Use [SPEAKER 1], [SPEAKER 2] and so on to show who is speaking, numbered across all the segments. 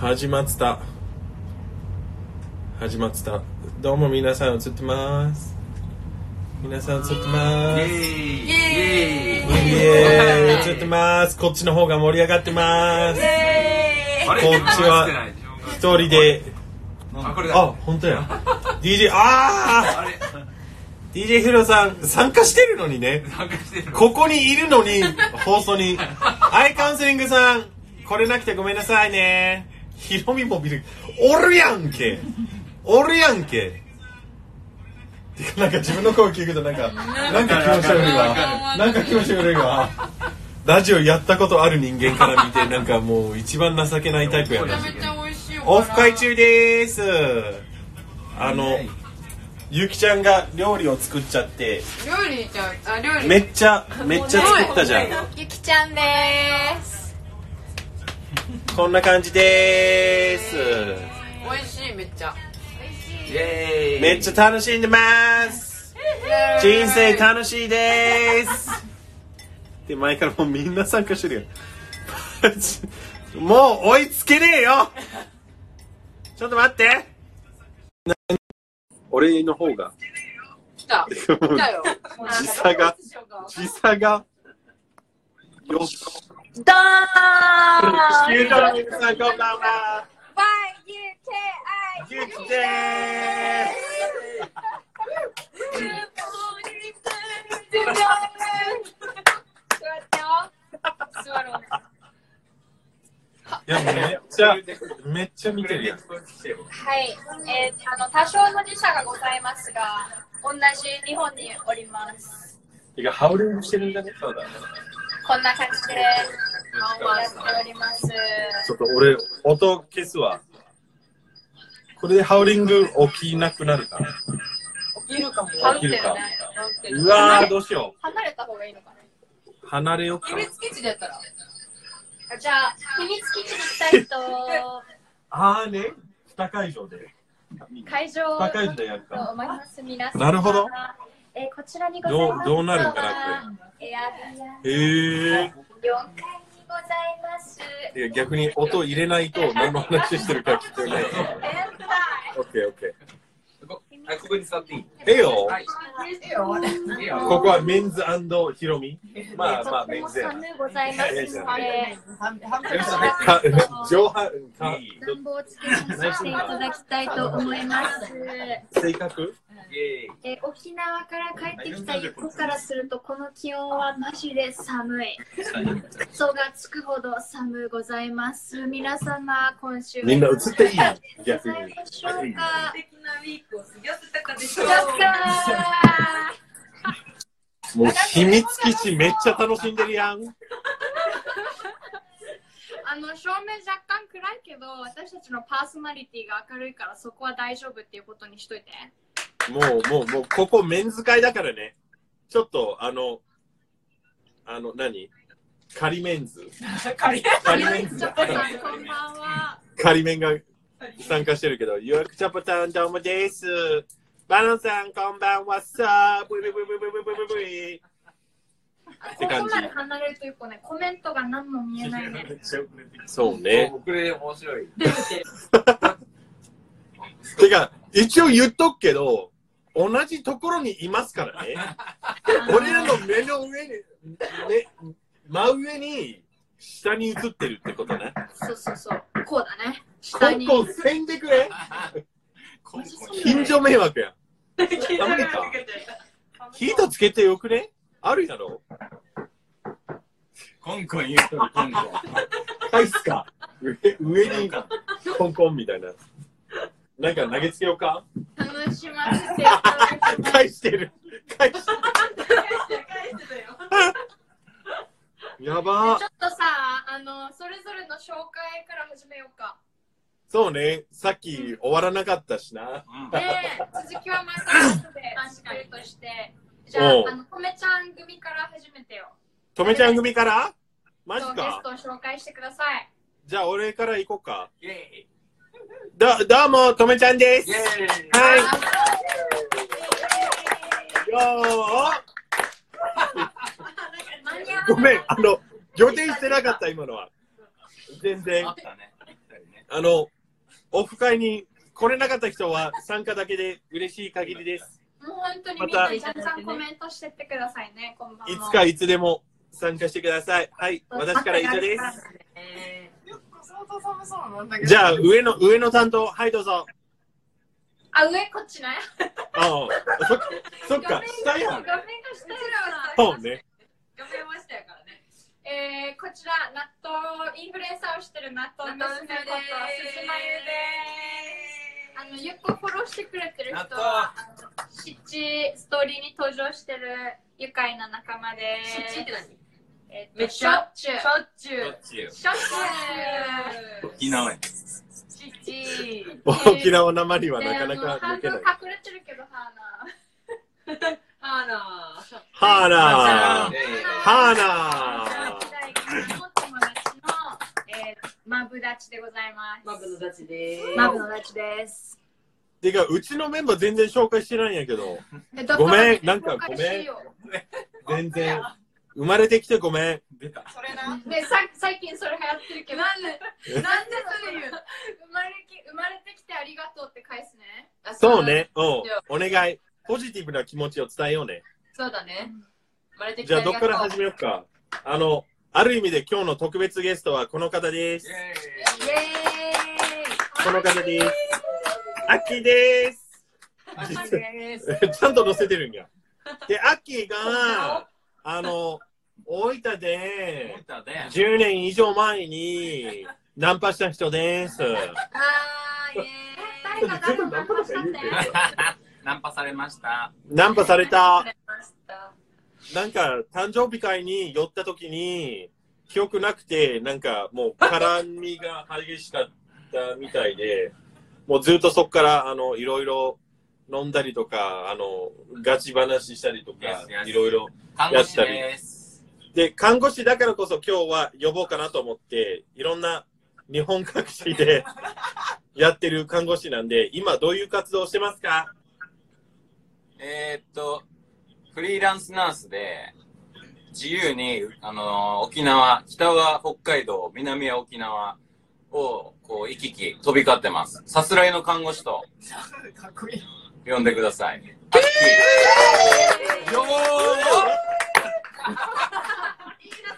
[SPEAKER 1] 始まってた始まってたどうも皆さん映ってます皆さん映ってますイ
[SPEAKER 2] イ
[SPEAKER 3] エ
[SPEAKER 2] エ
[SPEAKER 3] ーイ
[SPEAKER 2] ーイ
[SPEAKER 1] エーイ映ってますこっちの方が盛り上がってます
[SPEAKER 2] あれ
[SPEAKER 1] こっちは
[SPEAKER 2] 自分が映ってない自分が
[SPEAKER 1] 一人で
[SPEAKER 2] あこれだ
[SPEAKER 1] あ本当や DJ ああ
[SPEAKER 2] あれ
[SPEAKER 1] DJ ヒロさん参加してるのにね
[SPEAKER 2] 参加してるの
[SPEAKER 1] ここにいるのに放送にアイカウンセリングさんこれなくてごめんなさいねヒロミもビるおるやんけおるやんけてかなんか自分の声聞くとなんかなんか気持ち悪いわなんか気持ち悪いわラジオやったことある人間から見てなんかもう一番情けないタイプや
[SPEAKER 3] めち
[SPEAKER 1] な
[SPEAKER 3] ゃめちゃ美味しい
[SPEAKER 1] オフ会中ですあのゆきちゃんが料理を作っちゃって
[SPEAKER 3] 料理じゃんあ料理
[SPEAKER 1] めっちゃめっちゃ作ったじゃん
[SPEAKER 3] ゆきちゃんでーす
[SPEAKER 1] こんな感じです。
[SPEAKER 3] 美味しいめっちゃ
[SPEAKER 2] イエーイ
[SPEAKER 1] めっちゃ楽しんでます。人生楽しいです。で、前からもうみんな参加してるよ。もう追いつけねえよちょっと待って俺の方が、
[SPEAKER 3] 来た来たよ
[SPEAKER 1] 時差が、時差が、よっ。
[SPEAKER 4] ドーン
[SPEAKER 1] ゆうとりさんこんばんは。
[SPEAKER 4] !YUKI!
[SPEAKER 1] ゆきです。
[SPEAKER 4] 座ってよ。座ろう。
[SPEAKER 1] いや、めっちゃ、めっちゃ見てるやん。
[SPEAKER 4] はい。えーあの、多少の時差がございますが、同じ日本におります。
[SPEAKER 1] てか、ハウリングしてるんだね、そうだ。
[SPEAKER 4] こんな感じで、やっております。
[SPEAKER 1] ちょっと俺、音消すわ。これでハウリング起きなくなるかな。
[SPEAKER 3] 起きるかも
[SPEAKER 4] 羽織ってるね。羽織ってる
[SPEAKER 1] うわー、どうしよ
[SPEAKER 4] 離れた方がいいのかな
[SPEAKER 1] う。離れよっか
[SPEAKER 3] 秘
[SPEAKER 1] な。
[SPEAKER 3] 密基地でやったら
[SPEAKER 4] あじゃあ、秘密基地に行きたい人、
[SPEAKER 1] あーね、二会場で。
[SPEAKER 4] 会場
[SPEAKER 1] 二会場でやるか。
[SPEAKER 4] 思います皆さん
[SPEAKER 1] なるほど。
[SPEAKER 4] えーこちらにござい
[SPEAKER 1] どう
[SPEAKER 4] ます。
[SPEAKER 1] どうなるんかなっ
[SPEAKER 4] エアビア
[SPEAKER 1] て。へえ
[SPEAKER 4] 4階にございます。
[SPEAKER 1] ー。いや逆に音入れないと何の話してるか聞こえない。オッケーオッケ
[SPEAKER 2] あここに座っていい
[SPEAKER 1] ー。ええよ。
[SPEAKER 2] はい
[SPEAKER 3] いいよ
[SPEAKER 2] いいよ
[SPEAKER 1] ここはメンズヒロミ。まあまあメンズや
[SPEAKER 4] 寒
[SPEAKER 1] な。
[SPEAKER 4] ございますので、
[SPEAKER 1] か 上半か
[SPEAKER 4] 暖房をつけさせていただきたいと思います。
[SPEAKER 1] 性格
[SPEAKER 2] イエ
[SPEAKER 4] えー沖縄から帰ってきたゆっこからすると、この気温はマジで寒い。嘘がつくほど寒うございます。皆様、今週
[SPEAKER 1] みんな映っていい
[SPEAKER 4] ご
[SPEAKER 1] 逆
[SPEAKER 4] ざい
[SPEAKER 1] に。
[SPEAKER 4] ましょうか。
[SPEAKER 3] 的なウィークを過ぎせたかでし
[SPEAKER 4] やったー
[SPEAKER 1] もう秘密基地めっちゃ楽しんでるやん。
[SPEAKER 4] あの照明若干暗いけど私たちのパーソナリティが明るいからそこは大丈夫っていうことにしといて
[SPEAKER 1] もう、もう、もう、ここメンズ会だからね。ちょっと、あの、あの、何仮メンズ。仮メン
[SPEAKER 4] ち
[SPEAKER 1] ズ
[SPEAKER 4] ょっとさんこんばんは
[SPEAKER 1] 仮メンが参加してるけど、予約チャパタンどうもです。バロンさん、こんばんは、さあ、ブイブイブイブイブイブイブイブイ。て感じ
[SPEAKER 4] ここまで離れるというかねコメントが何も見えないね
[SPEAKER 1] そう
[SPEAKER 2] ーイ
[SPEAKER 1] ね。
[SPEAKER 2] 遅れ面白い
[SPEAKER 1] てか、一応言っとくけど、同じところにいますからね。俺らの目の上に、ね、真上に、下に映ってるってことね。
[SPEAKER 4] そうそうそうこうだね
[SPEAKER 1] コ
[SPEAKER 4] 下
[SPEAKER 1] ン
[SPEAKER 4] に
[SPEAKER 1] コンせんでくれ近所迷惑やん。ダメか。ヒートつけてよくねあるやろ
[SPEAKER 5] コンコン言うとるコンコン。
[SPEAKER 1] 返すか上上にコンコンみたいな。なんか投げつけようか
[SPEAKER 4] 楽しませていただきます
[SPEAKER 1] 返してる。返してる。やば
[SPEAKER 4] ちょっとさあのそれぞれの紹介から始めようか
[SPEAKER 1] そうね。さっき終わらなかったしな。
[SPEAKER 4] で続きはまた後で始めるとしてじゃあ
[SPEAKER 1] おう
[SPEAKER 4] あのとめちゃん組から始めてよ
[SPEAKER 1] とめちゃん組からマジ
[SPEAKER 4] そうゲ
[SPEAKER 1] か
[SPEAKER 4] ス。トを紹介してください
[SPEAKER 1] じゃあ俺から行こうか。
[SPEAKER 2] イエ
[SPEAKER 1] どどうも、とめちゃんで
[SPEAKER 2] ーイ
[SPEAKER 1] す。
[SPEAKER 2] イエーイ
[SPEAKER 1] はい。よーごめん、あの、予定してなかった、今のは。全然
[SPEAKER 2] あっ。たね。二人ね
[SPEAKER 1] あの、オフ会に来れなかった人は参加だけで嬉しい限りです。
[SPEAKER 4] もう本当に
[SPEAKER 1] ま
[SPEAKER 4] みんな
[SPEAKER 1] た
[SPEAKER 4] たくさんコメントしてってくださいね、こんばんは。
[SPEAKER 1] いつかいつでも参加してください。はい、私から以上で
[SPEAKER 3] またやり
[SPEAKER 1] す。
[SPEAKER 3] ますねよくそうそうそうそうなんだけど
[SPEAKER 1] じゃあ、上の、上の担当、はい、どうぞ。
[SPEAKER 4] あ、上こっちね。
[SPEAKER 1] ああ、そっか、そっ
[SPEAKER 4] 画面
[SPEAKER 1] か、下や
[SPEAKER 4] が
[SPEAKER 1] ん。
[SPEAKER 4] 画面が
[SPEAKER 3] う
[SPEAKER 4] 下
[SPEAKER 3] ち
[SPEAKER 4] や
[SPEAKER 3] ら
[SPEAKER 1] そ
[SPEAKER 3] は
[SPEAKER 1] うね。
[SPEAKER 3] 画面ましたやからね
[SPEAKER 4] えー、こちら、納豆、インフルエンサーをしてる納豆娘こと、すすまゆです。あの、ゆっこフォローしてくれてる人は、あの湿地ストーリーに登場してる愉快な仲間で
[SPEAKER 3] しっちって
[SPEAKER 4] す。
[SPEAKER 3] 何
[SPEAKER 4] えっ
[SPEAKER 3] め
[SPEAKER 4] と、
[SPEAKER 3] っ
[SPEAKER 4] し
[SPEAKER 3] ち
[SPEAKER 4] ょ
[SPEAKER 3] ゃ
[SPEAKER 4] っちゅう。
[SPEAKER 3] しょっちゅ
[SPEAKER 2] ど
[SPEAKER 3] う
[SPEAKER 2] っちよ。
[SPEAKER 4] しょっちゅう。
[SPEAKER 2] 沖縄や。
[SPEAKER 3] ちっち
[SPEAKER 1] 沖縄なまりは
[SPEAKER 4] で
[SPEAKER 1] な
[SPEAKER 4] あ
[SPEAKER 1] かな
[SPEAKER 4] の
[SPEAKER 1] か
[SPEAKER 4] 半
[SPEAKER 1] 抜け
[SPEAKER 4] 分
[SPEAKER 1] ない。
[SPEAKER 4] 隠れてるけど、ハーナ。
[SPEAKER 3] あらー
[SPEAKER 1] はーなー。
[SPEAKER 2] え
[SPEAKER 1] はー
[SPEAKER 4] は
[SPEAKER 1] なー。
[SPEAKER 4] ーの友達の、えー、マブダチでございます。
[SPEAKER 3] マブのダチです
[SPEAKER 4] マブのダチです。
[SPEAKER 1] てか、うちのメンバー全然紹介してないんやけど、
[SPEAKER 4] ご
[SPEAKER 1] めんなんかごめん全然、生まれてきてごめん。
[SPEAKER 2] 出た。
[SPEAKER 3] それな
[SPEAKER 4] で、さ最近それ流行ってる けど、なんで、
[SPEAKER 3] なんでそれ言うの
[SPEAKER 4] 生まれき生まれてきてありがとうって返すね。
[SPEAKER 3] あ
[SPEAKER 1] そうね、うん、お願い。ポジティブな気持ちを伝えようね。
[SPEAKER 3] そうだね生まれてき
[SPEAKER 1] じ
[SPEAKER 3] て
[SPEAKER 1] ゃ
[SPEAKER 3] あ
[SPEAKER 1] あ、ど
[SPEAKER 3] り
[SPEAKER 1] っ
[SPEAKER 3] が
[SPEAKER 1] から
[SPEAKER 3] とう
[SPEAKER 1] 始めようか。あの、ある意味で今日の特別ゲストはこの方です。
[SPEAKER 4] イエ
[SPEAKER 1] この方です。アッキーです。 ちゃんと載せてるんや。で、アッキーが、あの、大分で、
[SPEAKER 2] 出たね。
[SPEAKER 1] 10年以上前にナンパした人です。
[SPEAKER 3] あーイエーイ
[SPEAKER 4] ーイ。誰か誰かナンパしたって。
[SPEAKER 2] ナンパされました。
[SPEAKER 1] ナンパされ
[SPEAKER 3] あ
[SPEAKER 1] た。
[SPEAKER 3] りました
[SPEAKER 1] なんか、誕生日会に寄った時に、記憶なくて、なんかもう絡みが激しかったみたいで、もうずっとそっから、あの、いろいろ飲んだりとか、あの、ガチ話したりとか
[SPEAKER 2] Yes, yes.、
[SPEAKER 1] いろいろ。
[SPEAKER 2] 看護師です。
[SPEAKER 1] で、看護師だからこそ今日は呼ぼうかなと思って、いろんな日本各地 でやってる看護師なんで、今どういう活動をしてますか
[SPEAKER 2] えーっと、フリーランスナースで、自由に、あのー沖縄、北は北海道、南は沖縄を、こう、行き来、飛び交ってます。さすらいの看護師と
[SPEAKER 3] かっこいい
[SPEAKER 2] 呼んでください。よ
[SPEAKER 4] 言い出そ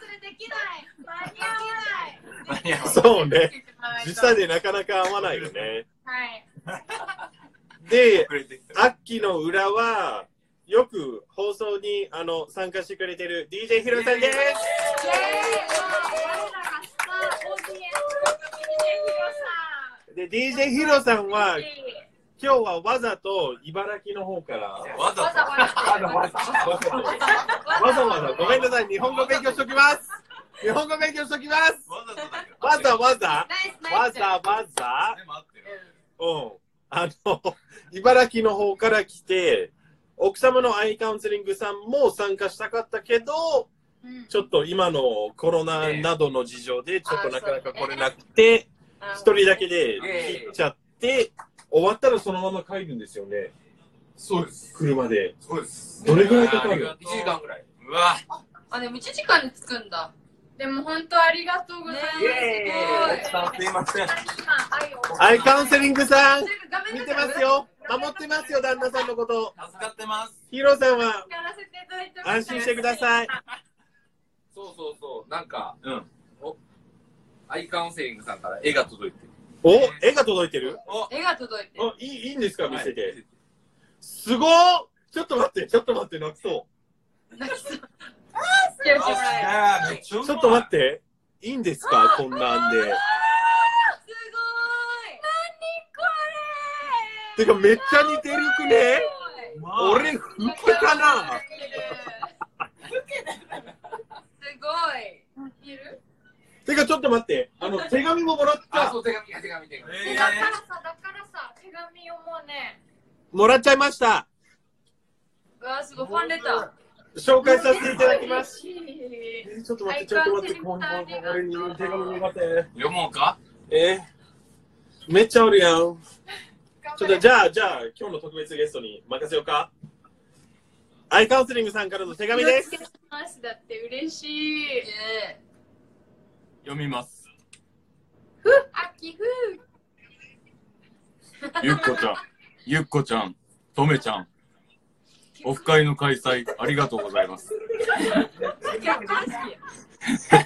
[SPEAKER 4] れできない。間に合わない。
[SPEAKER 2] ーいや
[SPEAKER 1] そうね。時差でなかなか合わないよね。
[SPEAKER 4] はい。
[SPEAKER 1] で、
[SPEAKER 2] 遅れてきた
[SPEAKER 1] アッキーの裏は、よく放送にあの参加してくれてる DJ ヒロさんです。
[SPEAKER 4] イエーイ。我らがスターオーディエンスの
[SPEAKER 1] で、
[SPEAKER 4] ヒ
[SPEAKER 1] DJ ヒロさん
[SPEAKER 4] ロさ
[SPEAKER 1] は
[SPEAKER 4] ん。、
[SPEAKER 1] 今日はわざと茨城の方から、
[SPEAKER 2] わざ
[SPEAKER 4] わざ
[SPEAKER 2] わ
[SPEAKER 4] わざ。
[SPEAKER 1] わざわざ、わざわざごめんなさい、日本語勉強しときます。日本語勉強しときます。
[SPEAKER 2] ざ。わざとだけど
[SPEAKER 1] わざわざ、
[SPEAKER 4] ナイスナ
[SPEAKER 1] わ
[SPEAKER 4] イス。
[SPEAKER 1] ざわざ、
[SPEAKER 2] でも合ってる
[SPEAKER 1] うん。あの、茨城の方から来て、奥様のアイカウンセリングさんも参加したかったけど、
[SPEAKER 4] うん
[SPEAKER 1] ちょっと今のコロナなどの事情で、ちょっとなかなか来れなくて、一人だけで切っちゃって、終わったらそのまま帰るんですよね、
[SPEAKER 2] そうです。
[SPEAKER 1] 車で。
[SPEAKER 2] そうです。
[SPEAKER 1] どれぐらいかかる
[SPEAKER 2] 1時間ぐらい。うわ
[SPEAKER 3] あでも1時間に着くんだ
[SPEAKER 4] でも本当ありがとうございます。
[SPEAKER 3] イエーイ
[SPEAKER 2] 奥
[SPEAKER 4] す
[SPEAKER 2] さんすいません。
[SPEAKER 4] ごい。今愛を。
[SPEAKER 1] アイカウンセリングさん、
[SPEAKER 3] 画面
[SPEAKER 1] 見
[SPEAKER 3] の
[SPEAKER 1] て
[SPEAKER 3] 中
[SPEAKER 1] ますよ。守ってますよ、旦那さんのこと。
[SPEAKER 2] 助かってます。
[SPEAKER 1] ヒーローさんは
[SPEAKER 4] やらせていただいてます
[SPEAKER 1] 安心してください。
[SPEAKER 5] そうそうそう、なんか、
[SPEAKER 2] うん。
[SPEAKER 5] アイカウンセリングさんから絵が届いてる。
[SPEAKER 1] お、絵が届いてる
[SPEAKER 3] 絵が届いて
[SPEAKER 1] あ、いい、いいんですか見せ
[SPEAKER 5] は
[SPEAKER 1] て
[SPEAKER 5] い。。
[SPEAKER 1] すごーちょっと待って、ちょっと待って、泣きそ
[SPEAKER 3] 泣きそうあーす
[SPEAKER 2] よっしゃーめっちゃ
[SPEAKER 1] う。
[SPEAKER 2] うまい
[SPEAKER 1] ちょっと待って、いいんですかこんなんで。てか、めっちゃ似てるくね
[SPEAKER 2] うまい
[SPEAKER 1] 俺、服かな
[SPEAKER 3] すごいいる
[SPEAKER 1] てか、ちょっと待って、あの、手紙ももらっ
[SPEAKER 5] あ、
[SPEAKER 1] た
[SPEAKER 5] そ。う、手紙、手紙、手紙。
[SPEAKER 4] だ
[SPEAKER 2] え
[SPEAKER 4] からさ、だからさ、手紙をもうね、
[SPEAKER 1] もらっちゃいました。
[SPEAKER 3] うわーすごいファンレター
[SPEAKER 1] 紹介させていただきます。
[SPEAKER 4] 嬉しい。
[SPEAKER 1] えーちょっと待って、ちょっと待って、こんな俺に手紙もらって。
[SPEAKER 2] ー読もうか
[SPEAKER 1] えー、めっちゃおるやん。ちょ
[SPEAKER 4] 頑
[SPEAKER 1] っと
[SPEAKER 4] 張れ
[SPEAKER 1] じゃあ、じゃあ、今日の特別ゲストに任せようか。アイカウンセリングさんからの手紙です。
[SPEAKER 4] 気をつけますだって嬉しい。
[SPEAKER 3] え
[SPEAKER 2] 読みます。
[SPEAKER 4] あきふう。
[SPEAKER 2] ゆっこちゃん、ゆっこちゃん、とめちゃん。オフ会の開催ありがとうございます。
[SPEAKER 3] 結婚式や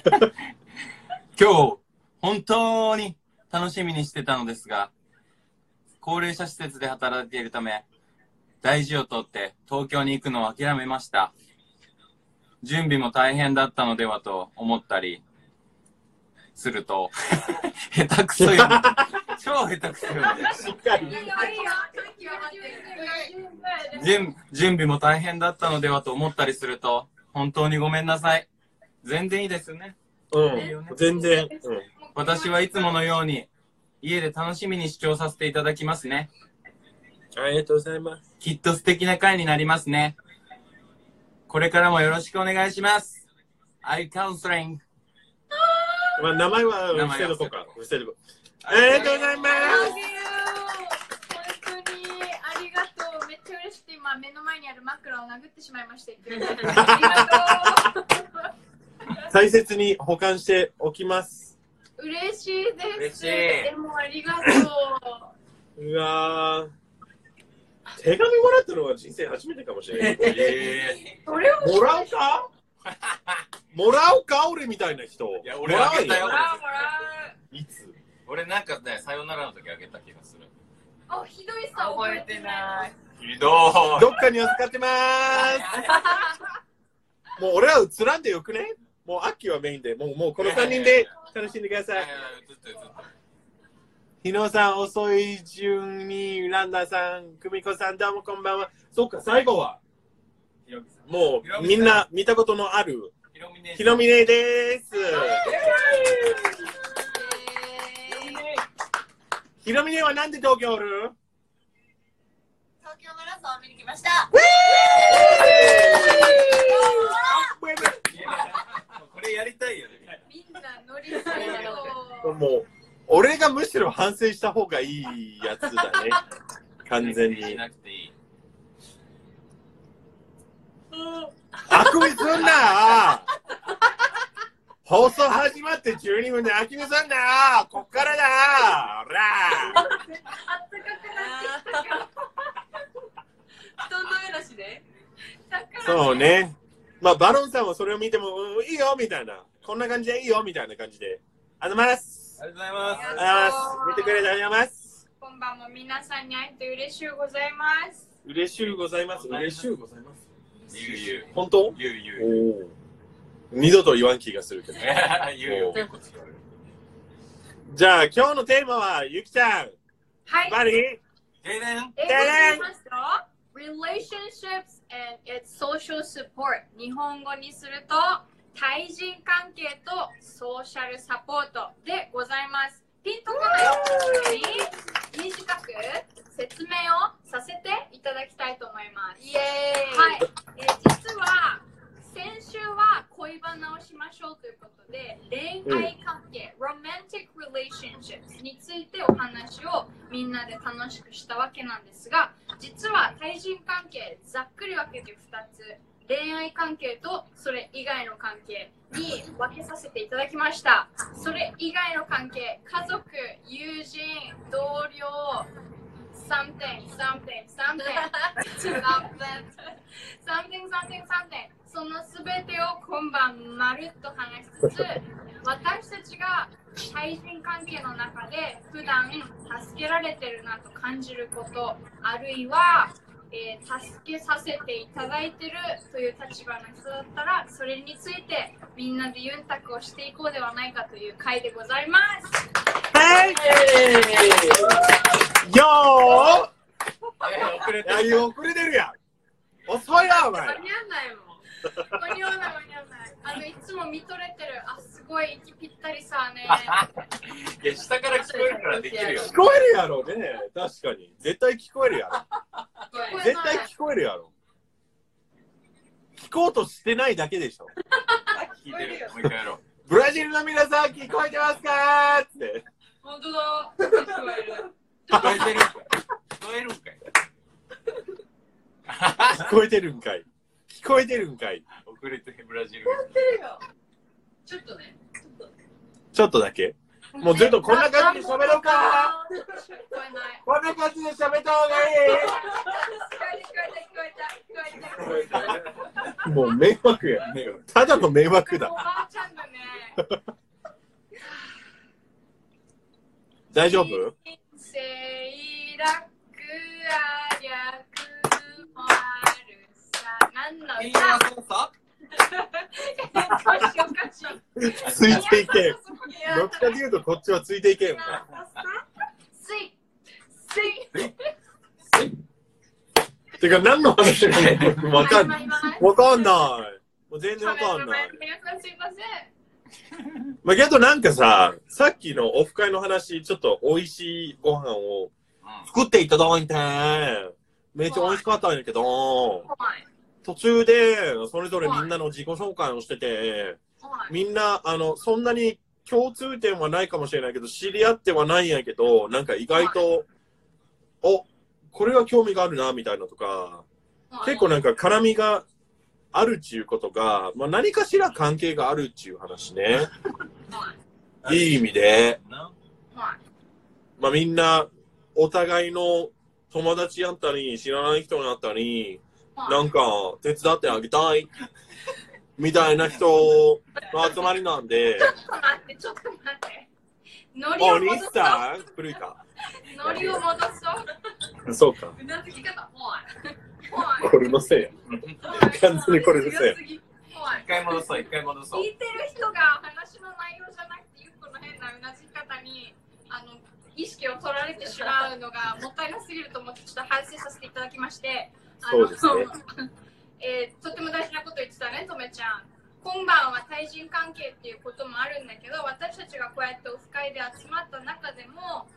[SPEAKER 2] 今日、本当に楽しみにしてたのですが、高齢者施設で働いているため、大事をとって東京に行くのを諦めました。準備も大変だったのではと思ったり、すると、 下手くそよ。超下手くそよ。
[SPEAKER 1] しっかり
[SPEAKER 3] いいよいいよ天気は晴れてる
[SPEAKER 2] 準準備も大変だったのではと思ったりすると、本当にごめんなさい。全然いいですよね。
[SPEAKER 1] うん全然、うん、
[SPEAKER 2] 私はいつものように、家で楽しみに視聴させていただきますね。
[SPEAKER 1] ありがとうございます
[SPEAKER 2] きっと素敵な回になりますね。これからもよろしくお願いします。I counseling.
[SPEAKER 1] まあ名前は
[SPEAKER 2] 名前
[SPEAKER 1] 伏せ
[SPEAKER 2] は
[SPEAKER 1] るとこか伏せる子ありがとうございま
[SPEAKER 4] げよう本当にありがとうめっちゃ嬉しくて今目の前にある枕を殴ってしまいましたありがと
[SPEAKER 1] す大切に保管しておきます
[SPEAKER 4] う嬉しいです
[SPEAKER 2] 嬉しい
[SPEAKER 4] でもありがと
[SPEAKER 1] うわー手紙もらったのは人生初めてかもしれない
[SPEAKER 2] え
[SPEAKER 4] うそれを
[SPEAKER 1] もらうか もらうか俺みたいな人
[SPEAKER 2] いや俺あげたよ
[SPEAKER 1] も
[SPEAKER 3] も
[SPEAKER 1] らう
[SPEAKER 3] らうもら
[SPEAKER 1] いつ
[SPEAKER 2] 俺なんかね、さよならの時あげた気がする。
[SPEAKER 4] あひどいさ
[SPEAKER 3] う覚えて ない
[SPEAKER 2] ひど
[SPEAKER 1] どっかに預かって まーすもう俺は映らんでよくねもう秋はメインでもうもうこの3人で楽しんでください
[SPEAKER 2] ずっとずっと。
[SPEAKER 1] 日野さん、遅い順に、ランダさん、久美子さん、どうもこんばんは。そっか、最後は、
[SPEAKER 2] ひろみさん。
[SPEAKER 1] も
[SPEAKER 2] ひろ
[SPEAKER 1] う、
[SPEAKER 2] みさん
[SPEAKER 1] みんな見たことのある、
[SPEAKER 2] ひろみね。
[SPEAKER 1] ひのみねです。ひのみねはなんで東京おる
[SPEAKER 6] 東京マラソンを見に来ました。
[SPEAKER 2] いやこれやりたいよね。
[SPEAKER 4] みんな乗りそうだよ
[SPEAKER 1] もう、俺がむしろ反省した方がいいやつ だね。完全
[SPEAKER 2] し
[SPEAKER 1] に。
[SPEAKER 2] なくていい。
[SPEAKER 1] あくびすんな放送始まって12分であきびすんなこっからだおら
[SPEAKER 4] あったかくなって
[SPEAKER 3] 人の嵐で
[SPEAKER 1] そうね。まあ、バロンさんもそれを見ても、うんいいよみたいな。こんな感じでいいよみたいな感じで。ありがとうございます。
[SPEAKER 2] ありがとうございま
[SPEAKER 1] ありがとう
[SPEAKER 2] す。
[SPEAKER 1] ございます。見てくれてありがとうございます。
[SPEAKER 4] 今晩も皆さんに会えて嬉しゅうございます
[SPEAKER 1] 嬉しゅうございます。嬉しゅうございます。
[SPEAKER 2] ゆうゆ う。
[SPEAKER 1] 本当
[SPEAKER 2] ゆうゆう。
[SPEAKER 1] おお。二度と言わん気がするけど。
[SPEAKER 2] ゆうゆう。
[SPEAKER 1] じゃあ、今日のテーマは、ゆきちゃん、
[SPEAKER 4] はい
[SPEAKER 1] バリ
[SPEAKER 2] 停電
[SPEAKER 4] 英語で言いますと Relationships and its social support 日本語にすると対人関係とソーシャルサポートでございますピンとこない人に短く説明をさせていただきたいと思います
[SPEAKER 3] イエーイ
[SPEAKER 4] はい、えー実は先週は恋バナをしましょうということで恋愛関係、ロマンティック・リレーションシップについてお話をみんなで楽しくしたわけなんですが実は対人関係ざっくり分けて2つ恋愛関係とそれ以外の関係に分けさせていただきましたそれ以外の関係家族友人同僚 something something something something, something, something, something. そのすべてを今晩まるっと話しつつ、私たちが対人関係の中で普段助けられてるなと感じること、あるいは、えー助けさせていただいてるという立場の人だったら、それについてみんなでユンタクをしていこうではないかという回でございます。
[SPEAKER 1] はいよ
[SPEAKER 2] え遅れ
[SPEAKER 1] ーいや、遅れてるやん遅いわ、お前
[SPEAKER 3] 間に合わないもん
[SPEAKER 4] 間に合わない間に合わない。あの、いつも見とれてる。あ、すごい息ぴったりさね。
[SPEAKER 2] いや、下から聞こえるからできるよ。
[SPEAKER 1] 聞こえるやろね確かに絶対聞こえるやろ
[SPEAKER 3] はい
[SPEAKER 1] 絶対聞こえるやろ聞こうとしてないだけでしょ
[SPEAKER 2] 聞いてる。もう一回やろう。
[SPEAKER 1] ブラジルの皆さん聞こえてますかって
[SPEAKER 3] 本当だ聞こえる
[SPEAKER 2] 聞こえてるんかい。聞こ
[SPEAKER 1] 聞こ
[SPEAKER 2] えるんかい。
[SPEAKER 1] えてるんかい聞こえてるんかい
[SPEAKER 2] 遅れてブラジル。
[SPEAKER 3] ちょっとね
[SPEAKER 1] ちょっとだけ
[SPEAKER 3] うん
[SPEAKER 1] もうずっとこんな感じで喋ろう か
[SPEAKER 4] 聞こえない。
[SPEAKER 1] こんな感じで喋った方がいいもう迷惑やただの迷惑だ
[SPEAKER 4] おばあちゃんだね。
[SPEAKER 1] 大丈 夫
[SPEAKER 4] 人生楽ありゃくもあるさ。何の
[SPEAKER 5] いい
[SPEAKER 4] 歌
[SPEAKER 5] なそうさ
[SPEAKER 4] おかしいおかしい。
[SPEAKER 1] ついていけよ
[SPEAKER 4] そこに
[SPEAKER 1] どっちかというとこっちはついていけよな
[SPEAKER 4] スイスイ
[SPEAKER 1] てか何の話かねわかんない
[SPEAKER 4] い。わ
[SPEAKER 1] わかんないもう全然わかんない
[SPEAKER 4] 皆さんすいません。
[SPEAKER 1] まあ、けどなんかさ、さっきのオフ会の話、ちょっと美味しいご飯を作っていただいて、めっちゃ美味しかったんやけど、
[SPEAKER 4] 怖い
[SPEAKER 1] 途中でそれぞれみんなの自己紹介をしてて、
[SPEAKER 4] 怖い。
[SPEAKER 1] みんな、あの、そんなに共通点はないかもしれないけど、知り合ってはないんやけど、なんか意外と、お、これは興味があるな、みたいなとか、結構なんか絡みがあるっちゅうことが、まあ、何かしら関係があるっちゅう話ね。いい意味で。まあみんな、お互いの友達やったり、知らない人やったり、なんか手伝ってあげたい、みたいな 人の集まりなんで、
[SPEAKER 4] ちょっと待って、ちょっと待って。ノリ
[SPEAKER 1] お
[SPEAKER 4] を戻
[SPEAKER 1] 兄
[SPEAKER 4] そう。
[SPEAKER 1] さん古いか。
[SPEAKER 4] ノリを戻そう。
[SPEAKER 1] そうか。
[SPEAKER 4] うなずき方、怖い。怖い。
[SPEAKER 1] これのせいや。完全にこれのせいや。
[SPEAKER 4] 怖い
[SPEAKER 2] 一。回戻そう、一回戻そう
[SPEAKER 4] 聞。いてる人が話の内容じゃなくて、ゆっこの変なうなずき方に、あの、意識を取られてしまうのがもったいなすぎると思って、ちょっと反省させていただきまして、あの
[SPEAKER 1] そうですね
[SPEAKER 4] えーとても大事なこと言ってたね、とめちゃん。今晩は対人関係っていうこともあるんだけど、私たちがこうやってオフ会で集まった中でも、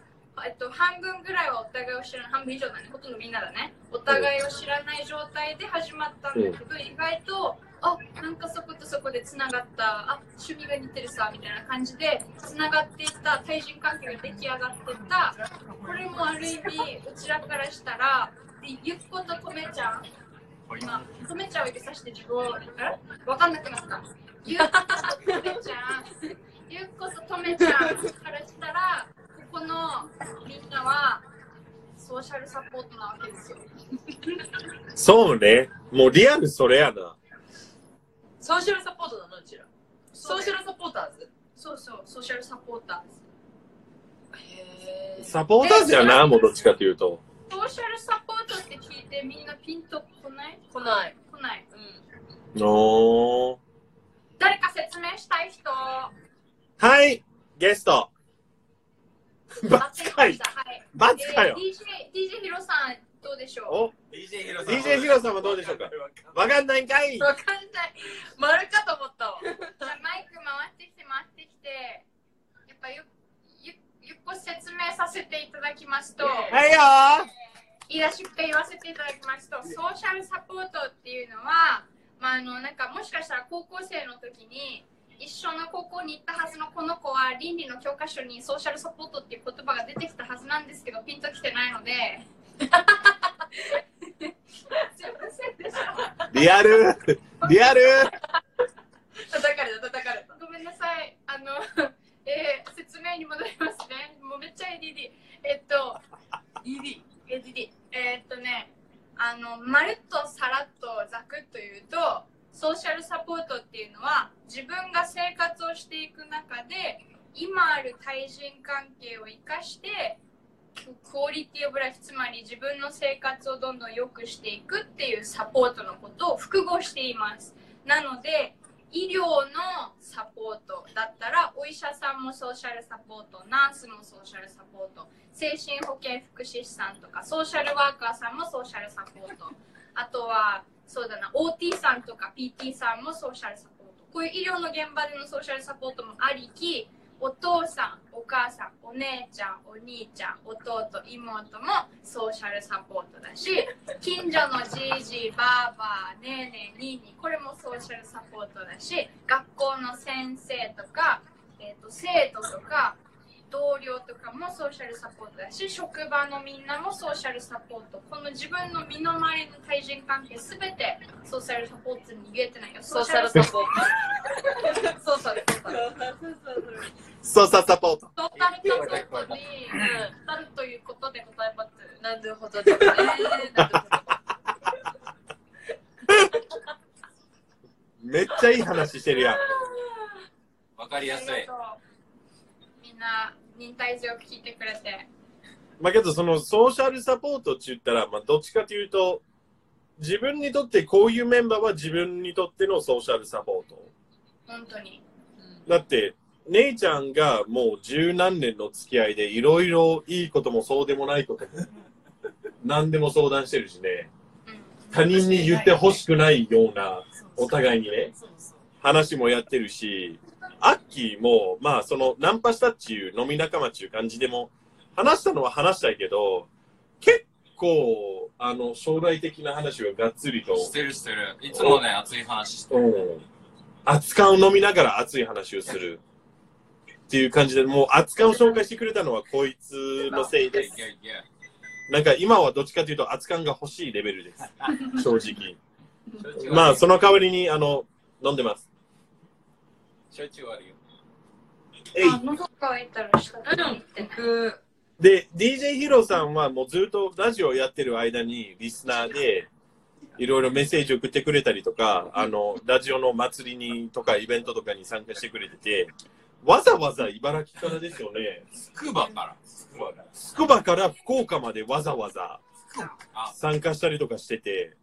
[SPEAKER 4] えっと、半分ぐらいはお互いを知らない、半分以上だね、ほとんどみんなだね。お互いを知らない状態で始まったんだけど、意外と、あなんかそことそこでつながった、あ趣味が似てるさ、みたいな感じで、つながっていった対人関係が出来上がってった、これもある意味、うちらからしたら、でゆっこととめちゃん、今、とめちゃんを指さして自分を、えわかんなくなった。ゆっこととめちゃん、ゆっこととめちゃんからしたら、ここのみんなは、ソーシャルサポートなわけですよ。
[SPEAKER 1] そうね。もうリアルそれやな。
[SPEAKER 7] ソーシャルサポートなのうちらソーシャルサポーターズ
[SPEAKER 4] そうそう、ソーシャルサポーターズ。
[SPEAKER 7] へー
[SPEAKER 1] サポーターズやな、もうどっちかというと。
[SPEAKER 4] ソーシャルサポートって聞いてみんなピンとこない
[SPEAKER 7] 来ない
[SPEAKER 4] 来ない。
[SPEAKER 7] うん
[SPEAKER 1] おー。
[SPEAKER 4] 誰か説明したい人。
[SPEAKER 1] はい、ゲスト。バツかい。
[SPEAKER 4] はい。
[SPEAKER 1] バツか
[SPEAKER 4] えー
[SPEAKER 1] よ。
[SPEAKER 4] DJ、DJ ヒロさん、どうでしょ
[SPEAKER 1] お、
[SPEAKER 2] DJ ヒロさん。
[SPEAKER 1] DJ ヒロさんはどうでしょうかわかんないんかい
[SPEAKER 7] わかんない丸かと思ったわ
[SPEAKER 4] うじゃあマイク回ってきて回ってきて、やっぱゆゆゆっこ説明させていただきますと、
[SPEAKER 1] はいよー
[SPEAKER 4] 言い出しっぺ言わせていただきますと、ソーシャルサポートっていうのは、まあ、あのなんかもしかしたら高校生の時に一緒の高校に行ったはずのこの子は倫理の教科書にソーシャルサポートっていう言葉が出てきたはずなんですけどピンときてないので すいませんでした
[SPEAKER 1] リアルリアル
[SPEAKER 7] 叩かれた叩かれた
[SPEAKER 4] ごめんなさい。あの、えー説明に戻りますね。もうめっちゃ ADD。えっと、
[SPEAKER 7] ED
[SPEAKER 4] ADD。えーっとね、あの、まるっとさらっとざくっと言うと、ソーシャルサポートっていうのは、自分が生活をしていく中で、今ある対人関係を生かして、クオリティオブライフ、つまり自分の生活をどんどん良くしていくっていうサポートのことを複合しています。なので、医療のサポートだったらお医者さんもソーシャルサポートナースもソーシャルサポート精神保健福祉士さんとかソーシャルワーカーさんもソーシャルサポートあとはそうだな OT さんとか PT さんもソーシャルサポートこういう医療の現場でのソーシャルサポートもありきお父さんお母さんお姉ちゃんお兄ちゃん弟妹もソーシャルサポートだし近所のじいじばあばあねえねえにーにーこれもソーシャルサポートだし学校の先生とか、えー、と生徒とか同僚とかもソーシャルサポートだし職場のみんなもソーシャルサポートこの自分の身の回りの対人関係すべてソーシャルサポートに言えてないよ
[SPEAKER 7] ソーシャルサポー
[SPEAKER 4] そうそうそうそう
[SPEAKER 7] ター
[SPEAKER 1] 操作サポート
[SPEAKER 4] そう当たるということに、うん当たるということでございます。なるほどですね。
[SPEAKER 1] めっちゃいい話してるやん。
[SPEAKER 2] わかりやすい。
[SPEAKER 4] みんな忍耐強く聞いてくれて。
[SPEAKER 1] まあけど、そのソーシャルサポートって言ったら、まあどっちかというと、自分にとってこういうメンバーは自分にとってのソーシャルサポート。
[SPEAKER 4] 本当に。
[SPEAKER 1] だって、姉ちゃんがもう十何年の付き合いで、いろいろいいこともそうでもないことも、何でも相談してるしね、
[SPEAKER 4] うん。
[SPEAKER 1] 他人に言ってほしくないような、お互いにね、
[SPEAKER 6] そうそう。
[SPEAKER 1] 話もやってるし、アッキーも、まあ、その、ナンパしたっちゅう、飲み仲間っちゅう感じでも、話したのは話したいけど、結構、あの、将来的な話はがっつりと、
[SPEAKER 2] してるしてる。いつもね、熱い話して
[SPEAKER 1] うん
[SPEAKER 2] る。。
[SPEAKER 1] 熱燗を飲みながら熱い話をする。っていう感じで、もう熱燗を紹介してくれたのはこいつのせい
[SPEAKER 2] いや
[SPEAKER 1] で
[SPEAKER 2] い
[SPEAKER 1] す。
[SPEAKER 2] やいや。
[SPEAKER 1] なんか今はどっちかというと熱燗が欲しいレベル です。正
[SPEAKER 2] しょっちゅう
[SPEAKER 1] 直。まあ、その代わりに、あの、飲んでます。
[SPEAKER 2] しょっちゅうあるよ。
[SPEAKER 1] えい
[SPEAKER 4] あ、喉乾いたら下に行ってね。
[SPEAKER 7] 僕、
[SPEAKER 1] で、DJ ヒロさんはもうずっとラジオやってる間にリスナーでいろいろメッセージ送ってくれたりとか、あの、ラジオの祭りにとかイベントとかに参加してくれてて、わざわざ茨城からですよね。
[SPEAKER 2] つくばから。つくばから。
[SPEAKER 1] つくばから福岡までわざわざ
[SPEAKER 2] あ
[SPEAKER 1] 参加したりとかしてて、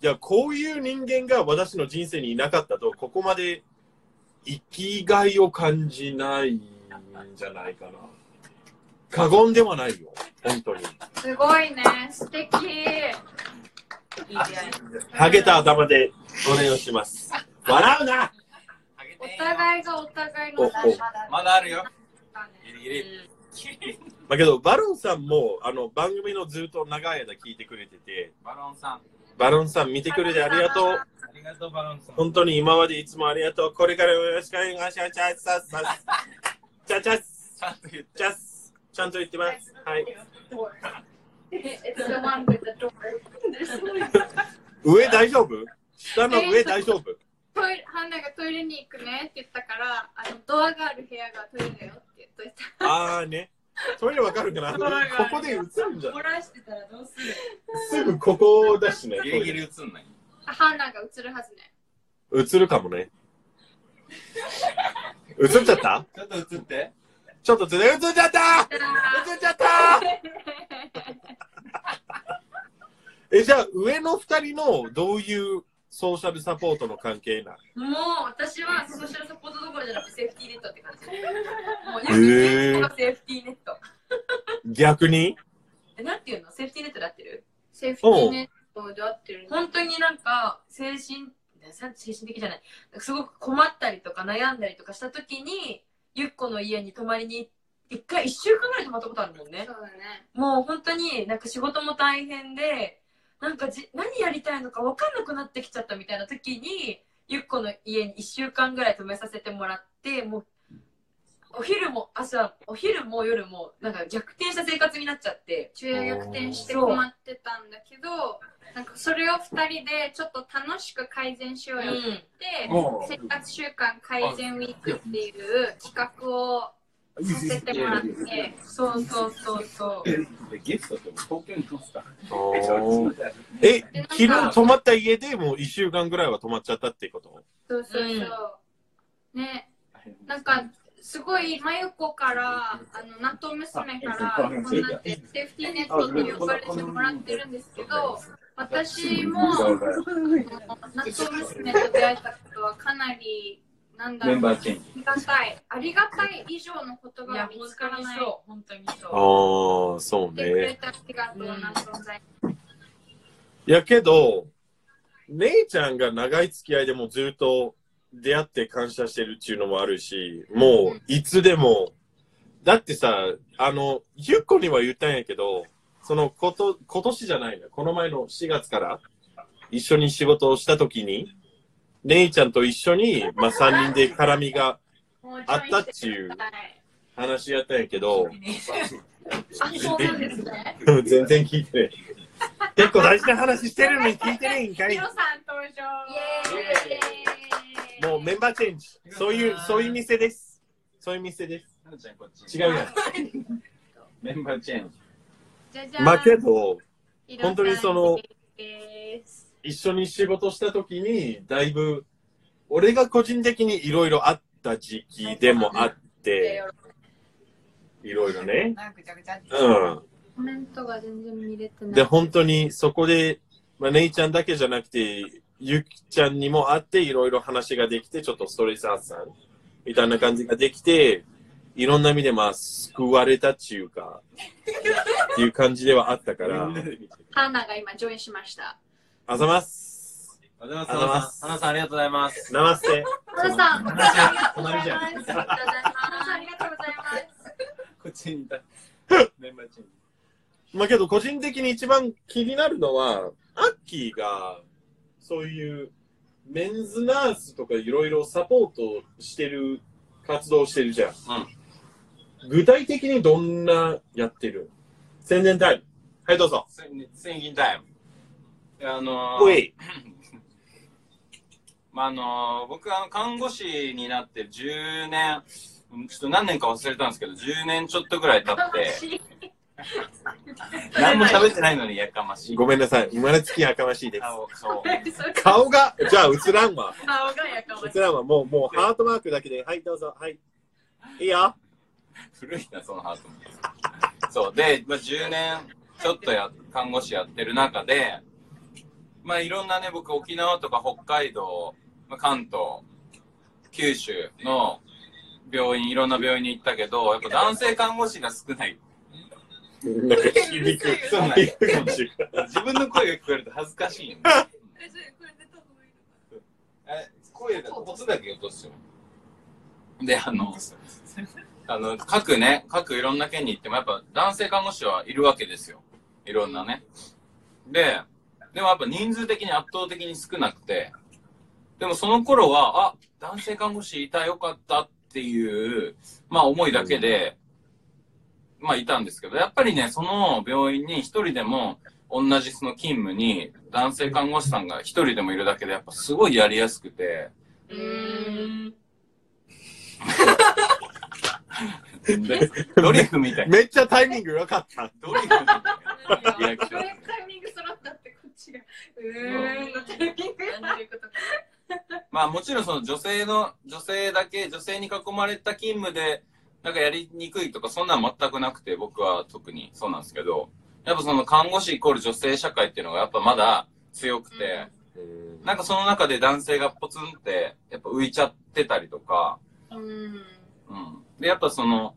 [SPEAKER 1] いや、こういう人間が私の人生にいなかったと、ここまで生きがいを感じないんじゃないかな。過言ではないよ、本当に。
[SPEAKER 4] すごいね。素敵。
[SPEAKER 7] いい出会い。
[SPEAKER 1] ハゲた頭でお礼をします。笑うな
[SPEAKER 4] お互いがお互い
[SPEAKER 1] お
[SPEAKER 4] の
[SPEAKER 1] お
[SPEAKER 4] 仲間だ
[SPEAKER 2] まだあるよ。
[SPEAKER 4] ね
[SPEAKER 2] ギリギリ。
[SPEAKER 1] まあけど、バロンさんも、あの、番組のずっと長い間聞いてくれてて、
[SPEAKER 2] バロンさん。あ
[SPEAKER 1] バロンさん見てくれてありがとう。
[SPEAKER 2] りがとう、バロンさん。
[SPEAKER 1] 本当に今までいつもありがとう。これからもよろしくお願いします。チャチャスチャチャス
[SPEAKER 2] ちゃんと言って。
[SPEAKER 1] チャスちゃんと言ってます。はい。
[SPEAKER 4] It's the one with the door.
[SPEAKER 1] 上大丈夫下の上大丈夫
[SPEAKER 4] トイレハンナがトイレに行くねって言ったから、あのドアがある部屋がトイレだよって言っといた。
[SPEAKER 1] あーね。トイレわかるかなここで映るんじゃない
[SPEAKER 7] 漏らしてたらどうする
[SPEAKER 1] すぐここだしね。
[SPEAKER 2] ギリギリ映んない。
[SPEAKER 4] あハンナが映るはずね。
[SPEAKER 1] 映るかもね。映っちゃった
[SPEAKER 2] ちょっと映って。
[SPEAKER 1] ちょっとずれ映っちゃった映っちゃ ったえ、じゃあ、上の二人のどういうソーシャルサポートの関係な
[SPEAKER 7] もう私はソーシャルサポートどころじゃなくてセーフティーネットって感じ。もう
[SPEAKER 1] へー
[SPEAKER 7] よくセーフティーネット。
[SPEAKER 1] 逆に
[SPEAKER 7] え、なんていうのセーフティーネットで合ってる
[SPEAKER 4] セーフティーネットで合ってるね。
[SPEAKER 7] 本当になんか精神、さ精神的じゃない。すごく困ったりとか悩んだりとかした時に、ゆっこの家に泊まりに、一回一週間ぐらい泊まったことあるもんね。
[SPEAKER 4] そうだね。
[SPEAKER 7] もう本当になんか仕事も大変でなんかじ何やりたいのか分かんなくなってきちゃったみたいな時にゆっこの家に1週間ぐらい泊めさせてもらってもうお昼も朝お昼も夜もなんか逆転した生活になっちゃって
[SPEAKER 4] 昼夜逆転して困ってたんだけど、なんかそれを二人でちょっと楽しく改善しようよって言
[SPEAKER 5] お
[SPEAKER 4] って、生活習慣改善ウィークっていう企画をさせてもらって、
[SPEAKER 7] そうそうそうそう
[SPEAKER 5] ゲストって東京に来ますか
[SPEAKER 1] え、
[SPEAKER 4] でなん
[SPEAKER 1] 昨
[SPEAKER 4] か
[SPEAKER 1] 日泊まった家でもう一週間ぐらいは泊まっちゃったってこと
[SPEAKER 4] そうそうそう。ね、なんか、すごい、真由子から、あの、納豆娘から、こんなんて、セーフティーネットに呼ばれてもらってるんですけど、私も、あの納豆娘と出会えたことはかなり、なんだろう、あ
[SPEAKER 5] チェンジ。
[SPEAKER 4] りがたい。ありがたい以上の言葉
[SPEAKER 7] いや
[SPEAKER 4] が見
[SPEAKER 7] 本
[SPEAKER 4] つから
[SPEAKER 7] 当に
[SPEAKER 4] ない。
[SPEAKER 7] そう本当にそう
[SPEAKER 1] ああ、そう
[SPEAKER 4] 言ってくれ
[SPEAKER 1] ね。
[SPEAKER 4] てありがとうな存在。
[SPEAKER 1] いやけど、姉ちゃんが長い付き合いでもうずっと出会って感謝してるっていうのもあるし、もういつでも、だってさ、あの、ゆっこには言ったんやけど、そのこと、今年じゃないな、この前の4月から一緒に仕事をした時に、姉ちゃんと一緒に、まあ、3人で絡みが
[SPEAKER 4] もうち
[SPEAKER 1] あ
[SPEAKER 4] ょ
[SPEAKER 1] っ
[SPEAKER 4] い
[SPEAKER 1] たっ
[SPEAKER 4] して
[SPEAKER 1] いう
[SPEAKER 4] ください
[SPEAKER 1] 話やったんやけど、
[SPEAKER 4] あ、そうなんですね。
[SPEAKER 1] 全然聞いてない。結構大事な話してるのに聞いてないんか
[SPEAKER 4] ヒ
[SPEAKER 1] い
[SPEAKER 4] ロ。さん登場イエーイ
[SPEAKER 1] もうメンバーチェンジ。そういう、そういう店です。そういう店です。
[SPEAKER 2] ななちゃんこっち。
[SPEAKER 1] 違うやん。
[SPEAKER 2] メンバーチェンジ。
[SPEAKER 4] じゃじゃん
[SPEAKER 1] まあけど、
[SPEAKER 4] 色
[SPEAKER 1] 本当にその
[SPEAKER 4] さんです
[SPEAKER 1] 一緒に仕事した時に、だいぶ、俺が個人的にいろいろあった時期でもあって、いろいろね。
[SPEAKER 6] なんかぐちゃぐちゃって。
[SPEAKER 1] うん。
[SPEAKER 4] コメントが全然見れてない
[SPEAKER 1] で、本当にそこで、まあ、姉ちゃんだけじゃなくて、ゆきちゃんにも会って、いろいろ話ができて、ちょっとストレス発散みたいな感じができて、いろんな意味で、まあ、救われたっていうか、っていう感じではあったから、
[SPEAKER 4] 花が今ジョインしました
[SPEAKER 1] あざます。
[SPEAKER 2] ありが
[SPEAKER 1] とうございます
[SPEAKER 2] 花さんありがとうございます。
[SPEAKER 1] ナマステ。
[SPEAKER 4] 花さんありがとうございますありがとうございます
[SPEAKER 6] あーありがとうございます。
[SPEAKER 2] こっちにいた。メンバーチェンジ。
[SPEAKER 1] まあけど、個人的に一番気になるのは、アッキーが、そういう、メンズナースとかいろいろサポートしてる、活動してるじゃん。具体的にどんなやってる宣伝タイム。はい、どうぞ。
[SPEAKER 2] 千金タイム。であのー
[SPEAKER 1] おい。
[SPEAKER 2] まああのー僕あの看護師になって10年、うんちょっと何年か忘れたんですけど、10年ちょっとぐらい経 って、何も喋ってないのにやかましい。
[SPEAKER 1] ごめんなさい。生まれつきやかましいです。
[SPEAKER 2] 顔そう。
[SPEAKER 1] 顔が、じゃあ映らんわ。
[SPEAKER 7] 顔がやかまし
[SPEAKER 1] 映らんわ。もう、もうハートマークだけで。はい、どうぞ。はい。いいよ。
[SPEAKER 2] 古いな、そのハートも。そう。で、まあ、10年ちょっとや、看護師やってる中で、まあ、いろんなね、僕、沖縄とか北海道、まあ関東、九州の病院、いろんな病院に行ったけど、やっぱ男性看護師が少ない。
[SPEAKER 1] なんか響く。
[SPEAKER 2] そうなん
[SPEAKER 1] 響
[SPEAKER 2] です
[SPEAKER 1] くかもしれない
[SPEAKER 2] 自分の声が聞こえると恥ずかしいよね。え声が、コツだけ落とすよ。で、あの、あの、各ね、各いろんな県に行っても、やっぱ男性看護師はいるわけですよ。いろんなね。で、でもやっぱ人数的に圧倒的に少なくて、でもその頃は、あ、男性看護師いたよかったっていう、まあ思いだけで、まあいたんですけど、やっぱりね、その病院に一人でも、同じその勤務に男性看護師さんが一人でもいるだけで、やっぱすごいやりやすくて、
[SPEAKER 7] い。うーん。
[SPEAKER 2] ドリフみ たい。
[SPEAKER 1] めっちゃタイミング良かった。
[SPEAKER 2] ドリフみたいな。
[SPEAKER 4] い
[SPEAKER 2] リア
[SPEAKER 4] や
[SPEAKER 2] ク
[SPEAKER 4] こ
[SPEAKER 2] ション
[SPEAKER 4] れタイミング揃ったってこっちがうーんのタイミング
[SPEAKER 7] なんていうことか。
[SPEAKER 2] まあもちろんその女性の、女性だけ、女性に囲まれた勤務で、なんかやりにくいとか、そんなん全くなくて、僕は特にそうなんですけど、やっぱその看護師イコール女性社会っていうのがやっぱまだ強くて、なんかその中で男性がポツンって、やっぱ浮いちゃってたりとか、
[SPEAKER 4] うん
[SPEAKER 2] うん。で、やっぱその、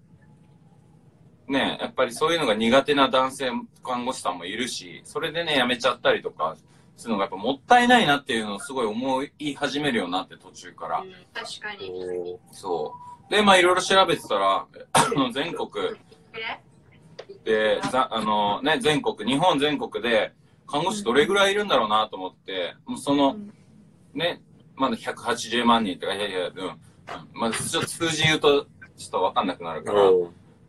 [SPEAKER 2] ねえやっぱりそういうのが苦手な男性看護師さんもいるし、それでね、辞めちゃったりとか、するのがやっぱもったいないなっていうのをすごい思い始めるようになって途中から。
[SPEAKER 4] 確かに
[SPEAKER 2] そう。で、まあいろいろ調べてたら、全国で、ざあのね、全国、日本全国で、看護師どれぐらいいるんだろうなと思って、もうその、ね、まだ180万人とか、いやいや、うん。うんまあ、ちょっと数字言うと、ちょっとわかんなくなるから、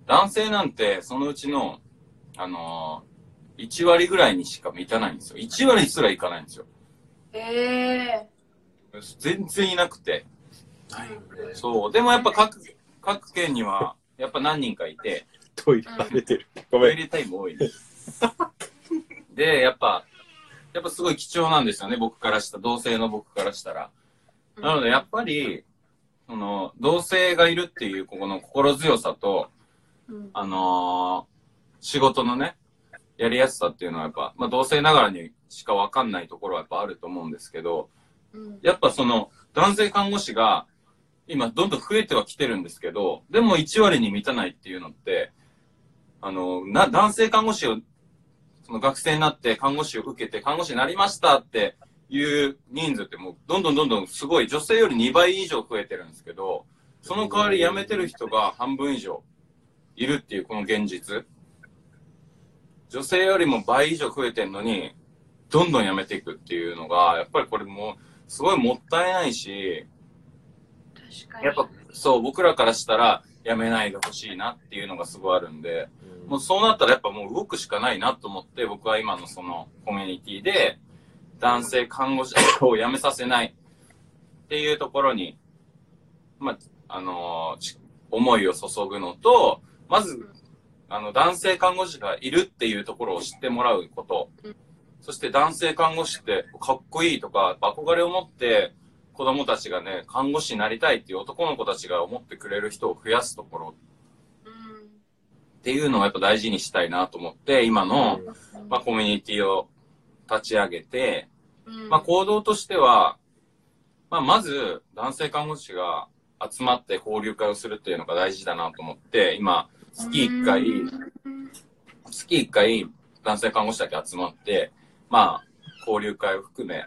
[SPEAKER 2] 男性なんて、そのうちの、あのー、1割ぐらいにしか満たないんですよ。1割すらいかないんですよ。
[SPEAKER 4] え
[SPEAKER 2] 全然いなくて。そう。でもやっぱ各、各県には、やっぱ何人かいて、
[SPEAKER 1] トイレバレてる。ご
[SPEAKER 2] ト
[SPEAKER 1] め
[SPEAKER 2] イ
[SPEAKER 1] ん。
[SPEAKER 2] レタイム多いです。で、やっぱ、やっぱすごい貴重なんですよね、僕からした、同性の僕からしたら。なので、やっぱり、その、同性がいるっていう、ここの心強さと、あのー仕事のね、やりやすさっていうのはやっぱ、まあ同性ながらにしかわかんないところはやっぱあると思うんですけど、やっぱその、男性看護師が、今どんどん増えてはきてるんですけど、でも1割に満たないっていうのって、あの、な、男性看護師を、その学生になって看護師を受けて看護師になりましたっていう人数ってもうどんどんどんどんすごい女性より2倍以上増えてるんですけど、その代わり辞めてる人が半分以上いるっていうこの現実。女性よりも倍以上増えてるのに、どんどん辞めていくっていうのが、やっぱりこれもうすごいもったいないし、
[SPEAKER 4] 確かに
[SPEAKER 2] やっぱそう、僕らからしたら辞めないでほしいなっていうのがすごいあるんで、もうそうなったらやっぱもう動くしかないなと思って、僕は今のそのコミュニティで、男性看護師を辞めさせないっていうところに、まあ、あのーち思いを注ぐのと、まず、あの、男性看護師がいるっていうところを知ってもらうこと。そして男性看護師ってかっこいいとか、憧れを持って、子供たちがね、看護師になりたいっていう男の子たちが思ってくれる人を増やすところっていうのをやっぱ大事にしたいなと思って、今の、まあ、コミュニティを立ち上げて、まあ、行動としては、まあ、まず男性看護師が集まって交流会をするっていうのが大事だなと思って、今、月1回、月1回男性看護師だけ集まって、まあ、交流会を含め、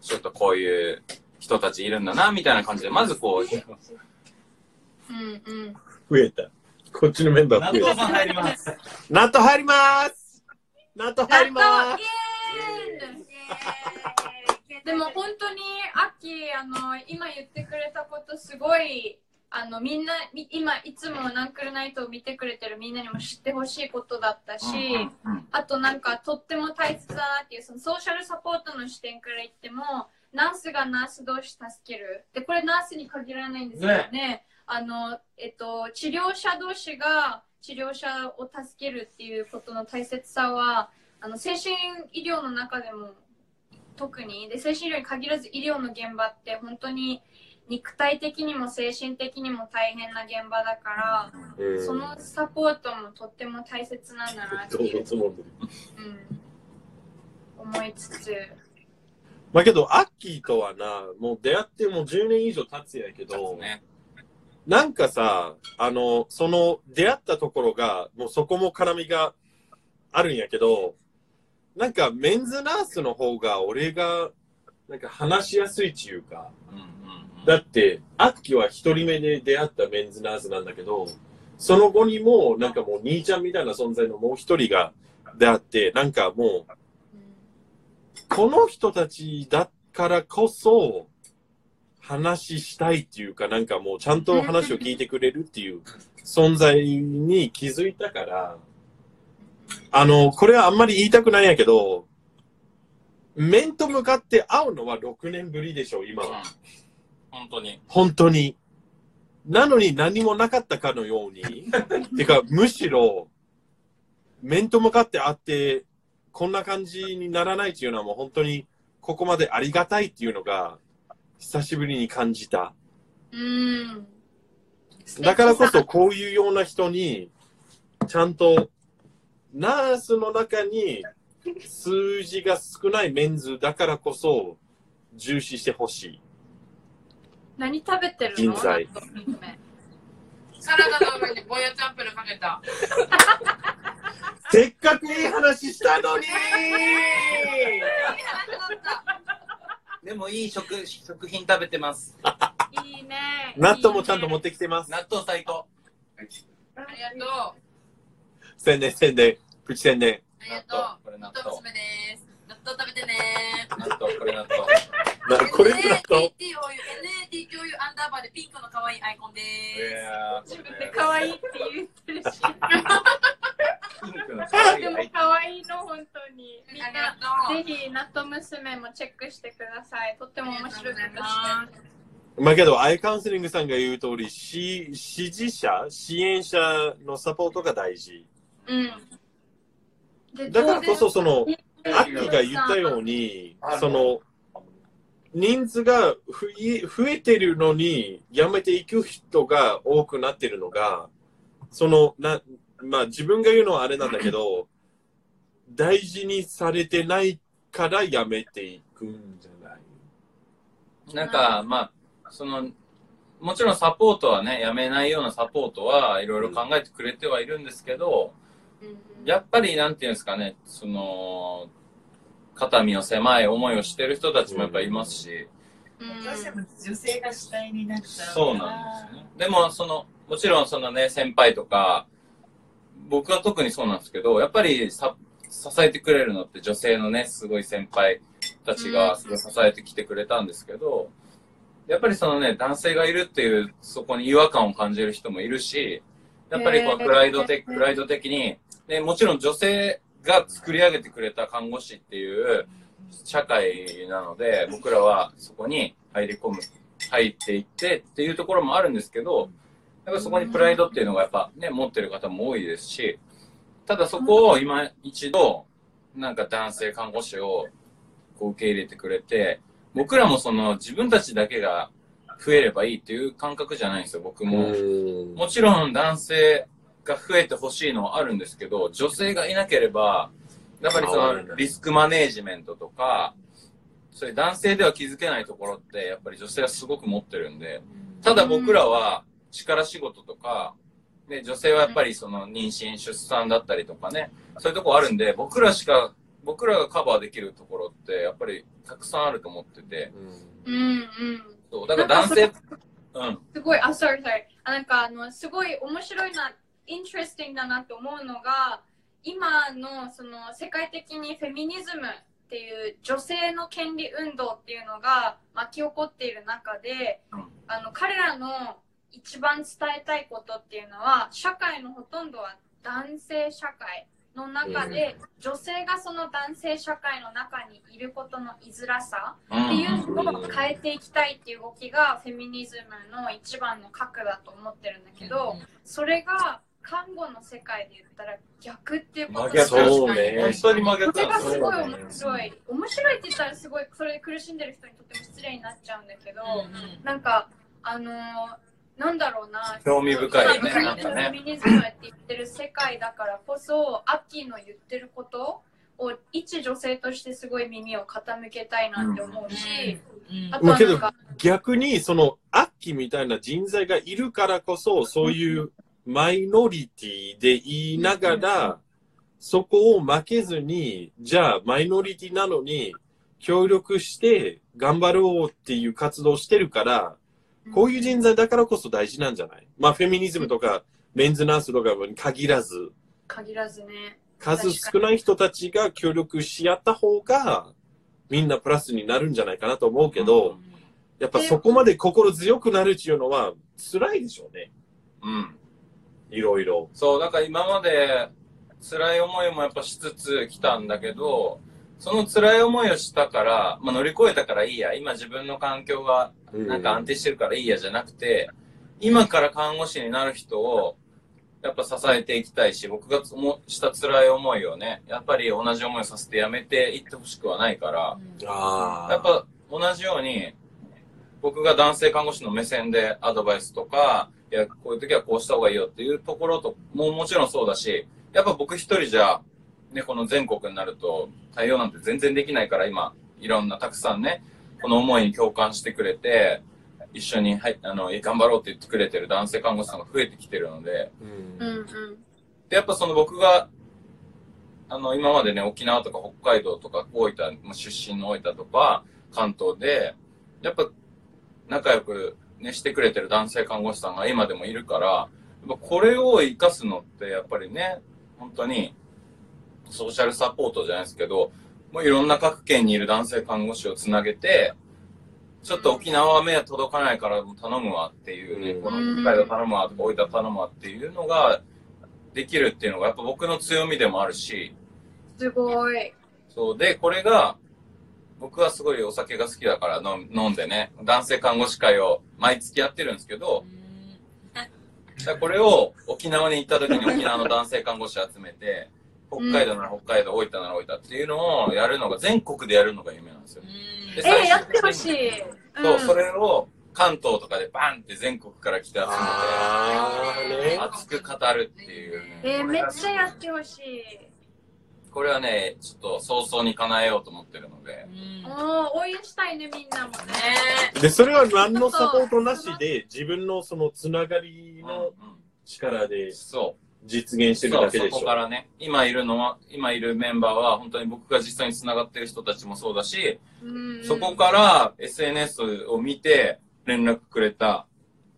[SPEAKER 2] ちょっとこういう人たちいるんだな、みたいな感じで、まずこう、
[SPEAKER 4] うんうん。
[SPEAKER 1] 増えた。こっちの面倒
[SPEAKER 2] 納
[SPEAKER 1] 増え
[SPEAKER 2] 豆
[SPEAKER 1] た。
[SPEAKER 2] さん入ります。
[SPEAKER 1] 納豆入ります納豆入ります
[SPEAKER 4] でも本当にアッキーあの今言ってくれたことすごいあのみんなみ今いつもナンクルナイトを見てくれてるみんなにも知ってほしいことだったし、
[SPEAKER 2] うんうん
[SPEAKER 4] あとなんかとっても大切だなっていうそのソーシャルサポートの視点から言ってもナースがナース同士助けるでこれナースに限らないんですよねあの、えっと、治療者同士が治療者を助けるっていうことの大切さはあの精神医療の中でも特にで精神医療に限らず医療の現場って本当に肉体的にも精神的にも大変な現場だから、そのサポートもとっても大切なんだなって
[SPEAKER 1] どう
[SPEAKER 4] い
[SPEAKER 1] ぞ
[SPEAKER 4] う、
[SPEAKER 1] つまんでる
[SPEAKER 4] うん、思いつつ
[SPEAKER 1] まあけど、アッキーとはな、もう出会ってもう10年以上経つやけど、
[SPEAKER 2] ね
[SPEAKER 1] なんかさ、あの、その出会ったところが、もうそこも絡みがあるんやけど、なんかメンズナースの方が俺が、なんか話しやすいちゅうか、
[SPEAKER 2] うんうんうん
[SPEAKER 1] だって、アッキーは一人目で出会ったメンズナースなんだけど、その後にも、なんかもう兄ちゃんみたいな存在のもう一人が出会って、なんかもう、この人たちだからこそ、話したいっていうか、なんかもうちゃんと話を聞いてくれるっていう存在に気づいたから、あの、これはあんまり言いたくないんやけど、面と向かって会うのは6年ぶりでしょ、今
[SPEAKER 2] うん
[SPEAKER 1] は。
[SPEAKER 2] 本当に。
[SPEAKER 1] 本当に。なのに何もなかったかのように。てか、むしろ、面と向かって会って、こんな感じにならないっていうのはもう本当に、ここまでありがたいっていうのが、久しぶりに感じた。
[SPEAKER 4] うん
[SPEAKER 1] だからこそ、こういうような人に、ちゃんと、ナースの中に、数字が少ないメンズだからこそ、重視してほしい。
[SPEAKER 4] 何食べてるの
[SPEAKER 1] 人材
[SPEAKER 4] 納豆含め
[SPEAKER 3] サラダの上にゴーヤチャンプルかけた。
[SPEAKER 1] せっかくいい話したのに
[SPEAKER 2] でもいい食、食品食べてます。
[SPEAKER 4] いいね
[SPEAKER 1] 納豆もちゃんと持
[SPEAKER 4] っ
[SPEAKER 1] ってきてます。
[SPEAKER 2] 納豆最高。
[SPEAKER 3] ありがとう。
[SPEAKER 1] 宣伝宣伝、プチ宣伝。
[SPEAKER 6] あり
[SPEAKER 2] 納
[SPEAKER 6] がと
[SPEAKER 2] 豆。。
[SPEAKER 6] う
[SPEAKER 2] これ納
[SPEAKER 6] 納豆
[SPEAKER 2] 豆。
[SPEAKER 6] 娘です。納豆食べてね
[SPEAKER 2] 納豆、これ納豆。
[SPEAKER 1] なこれ納豆
[SPEAKER 6] NAT 共有、NAT 共有アンダーバーでピンクの可愛いアイコンで
[SPEAKER 2] い
[SPEAKER 6] す。
[SPEAKER 2] やー
[SPEAKER 4] 自分で可愛いって言ってるし
[SPEAKER 2] ピンクの
[SPEAKER 4] でも可愛いの本当にみん
[SPEAKER 6] あり
[SPEAKER 4] な
[SPEAKER 6] がとう。
[SPEAKER 4] ぜひナット娘もチェックしてくださいとっても面白いです
[SPEAKER 1] まあけど、アイカウンセリングさんが言う通り、し支持者、支援者のサポートが大事。
[SPEAKER 4] うんで
[SPEAKER 1] だからこそ、
[SPEAKER 4] 当
[SPEAKER 1] その、
[SPEAKER 4] 然
[SPEAKER 1] アッキーが言ったように
[SPEAKER 5] あ、の
[SPEAKER 1] その、人数が増え増えてるのに、辞めていく人が多くなってるのが、その、な、まあ自分が言うのはあれなんだけど、大事にされてないから辞めていくんじゃない
[SPEAKER 2] なんか、まあ、その、もちろんサポートはね、やめないようなサポートはいろいろ考えてくれてはいるんですけど、やっぱり、なんていうんですかね、その、肩身の狭い思いをしてる人たちもやっぱいますし、
[SPEAKER 6] どうしても女性が主体になっちゃう。
[SPEAKER 2] そうなんですよね。でも、その、もちろんそのね、先輩とか、僕は特にそうなんですけど、やっぱりさ、支えてくれるのって女性のね、すごい先輩たちがすごい支えてきてくれたんですけど、やっぱりそのね、男性がいるっていう、そこに違和感を感じる人もいるし、やっぱりこう、プライド的、プライド的に、ね、もちろん女性が作り上げてくれた看護師っていう社会なので、僕らはそこに入り込む入っていってっていうところもあるんですけど、やっぱそこにプライドっていうのがやっぱね、持ってる方も多いですし、ただそこを今一度、なんか男性看護師をこう受け入れてくれて、僕らもその自分たちだけが増えればいいっていう感覚じゃないんですよ、僕も。もちろん男性が増えてほしいのはあるんですけど、女性がいなければ、やっぱりそ
[SPEAKER 1] 変わるんだ
[SPEAKER 2] のリスクマネージメントとか、そういう男性では気づけないところって、やっぱり女性はすごく持ってるんで、ただ僕らは力仕事とか、ね、女性はやっぱりその妊娠、出産だったりとかね、そういうとこあるんで、僕らしか、僕らがカバーできるところって、やっぱりたくさんあると思ってて、
[SPEAKER 4] うんうん。
[SPEAKER 2] そう、だから男性、うん、
[SPEAKER 4] すごい、あ、sorry, sorry. あなんか、あの、すごい面白いな、interesting だなと思うのが、今の、その、世界的にフェミニズムっていう女性の権利運動っていうのが巻き起こっている中で
[SPEAKER 2] うん、
[SPEAKER 4] あの、彼らの一番伝えたいことっていうのは、社会のほとんどは男性社会の中で、女性がその男性社会の中にいることの居づらさ、
[SPEAKER 2] うん
[SPEAKER 4] っていうのを変えていきたいっていう動きがフェミニズムの一番の核だと思ってるんだけどそれが看護の世界で言ったら逆っていうこと
[SPEAKER 2] 真
[SPEAKER 4] で
[SPEAKER 2] 逆
[SPEAKER 4] それ
[SPEAKER 1] そうね
[SPEAKER 2] 本。当に真逆な
[SPEAKER 4] が
[SPEAKER 2] んです
[SPEAKER 4] す
[SPEAKER 2] よ。
[SPEAKER 4] ごい面白い面白いって言ったらすごいそれで苦しんでる人にとっても失礼になっちゃうんだけどなんかあのーなんだろうな
[SPEAKER 2] 興味深いよ
[SPEAKER 4] 今
[SPEAKER 2] ね、
[SPEAKER 4] の
[SPEAKER 2] なんか
[SPEAKER 4] フェ
[SPEAKER 2] ね。
[SPEAKER 4] ミニズムって言ってる世界だからこそアッキーの言ってることを一女性としてすごい耳を傾けたいなって思うし、あとはなんか
[SPEAKER 1] 逆に、その、アッキーみたいな人材がいるからこそ、そういうマイノリティで言いながら、そこを負けずに、じゃあ、マイノリティなのに、協力して頑張ろうっていう活動してるから、こういう人材だからこそ大事なんじゃないまあ、フェミニズムとか、メンズナースとかに限らず、
[SPEAKER 4] 限らずね
[SPEAKER 1] 数少ない人たちが協力し合った方が、みんなプラスになるんじゃないかなと思うけど、やっぱそこまで心強くなるっていうのは辛いでしょうね。
[SPEAKER 2] うん。
[SPEAKER 1] いろいろ。
[SPEAKER 2] そう、だから今まで辛い思いもやっぱしつつ来たんだけど、その辛い思いをしたから、まあ、乗り越えたからいいや、今自分の環境がなんか安定してるからいいやじゃなくて、今から看護師になる人をやっぱ支えていきたいし、僕がつもした辛い思いをね、やっぱり同じ思いをさせてやめていってほしくはないから、
[SPEAKER 1] ああ。
[SPEAKER 2] やっぱ同じように、僕が男性看護師の目線でアドバイスとか、いや、こういう時はこうした方がいいよっていうところと、もうもちろんそうだし、やっぱ僕一人じゃ、ね、この全国になると対応なんて全然できないから今、いろんなたくさんね、この思いに共感してくれて、一緒に、はい、あの、頑張ろうって言ってくれてる男性看護師さんが増えてきてるので、
[SPEAKER 1] うん
[SPEAKER 4] うんうん
[SPEAKER 2] で、やっぱその僕が、あの、今までね、沖縄とか北海道とか大分、まあ出身の大分とか関東で、やっぱ仲良くね、してくれてる男性看護師さんが今でもいるから、やっぱこれを活かすのって、やっぱりね、本当に、ソーシャルサポートじゃないですけど、もういろんな各県にいる男性看護師をつなげて、ちょっと沖縄は目は届かないからもう頼むわっていうね、
[SPEAKER 1] うん
[SPEAKER 2] この北海道頼むわとか大分頼むわっていうのができるっていうのがやっぱ僕の強みでもあるし、
[SPEAKER 4] すごい
[SPEAKER 2] そうで、これが、僕はすごいお酒が好きだから飲ん飲んでね、男性看護師会を毎月やってるんですけど、だからこれを沖縄に行った時に沖縄の男性看護師集めて、北海道なら北海道、大分なら大分っていうのをやるのが、全国でやるのが夢なんですよ。で
[SPEAKER 4] えー、や
[SPEAKER 2] 最
[SPEAKER 4] っ
[SPEAKER 2] 終
[SPEAKER 4] てほ
[SPEAKER 2] 的
[SPEAKER 4] し
[SPEAKER 2] に
[SPEAKER 4] い、
[SPEAKER 2] そうう、
[SPEAKER 4] ん
[SPEAKER 2] それを関東とかでバンって全国から来て集
[SPEAKER 1] あー
[SPEAKER 2] めて、
[SPEAKER 1] ね。
[SPEAKER 2] 熱く語るっていう、ね。
[SPEAKER 4] えー、
[SPEAKER 2] こ
[SPEAKER 4] め
[SPEAKER 2] れ
[SPEAKER 4] っ
[SPEAKER 2] が
[SPEAKER 4] ちゃやってほしい
[SPEAKER 2] これはね、ちょっと早々に叶えようと思ってるので。
[SPEAKER 4] おー応援したいねみんなもね
[SPEAKER 1] で、それは何のサポートなしで、自分のそのつながりの力で
[SPEAKER 2] そ
[SPEAKER 1] 実現
[SPEAKER 2] う。
[SPEAKER 1] してるだけ
[SPEAKER 2] そう
[SPEAKER 1] でし
[SPEAKER 2] そこ
[SPEAKER 1] ょ
[SPEAKER 2] か。らね、今いるのは、今いるメンバーは、本当に僕が実際に繋がってる人たちもそうだし、
[SPEAKER 4] うん
[SPEAKER 2] そこから SNS を見て連絡くれた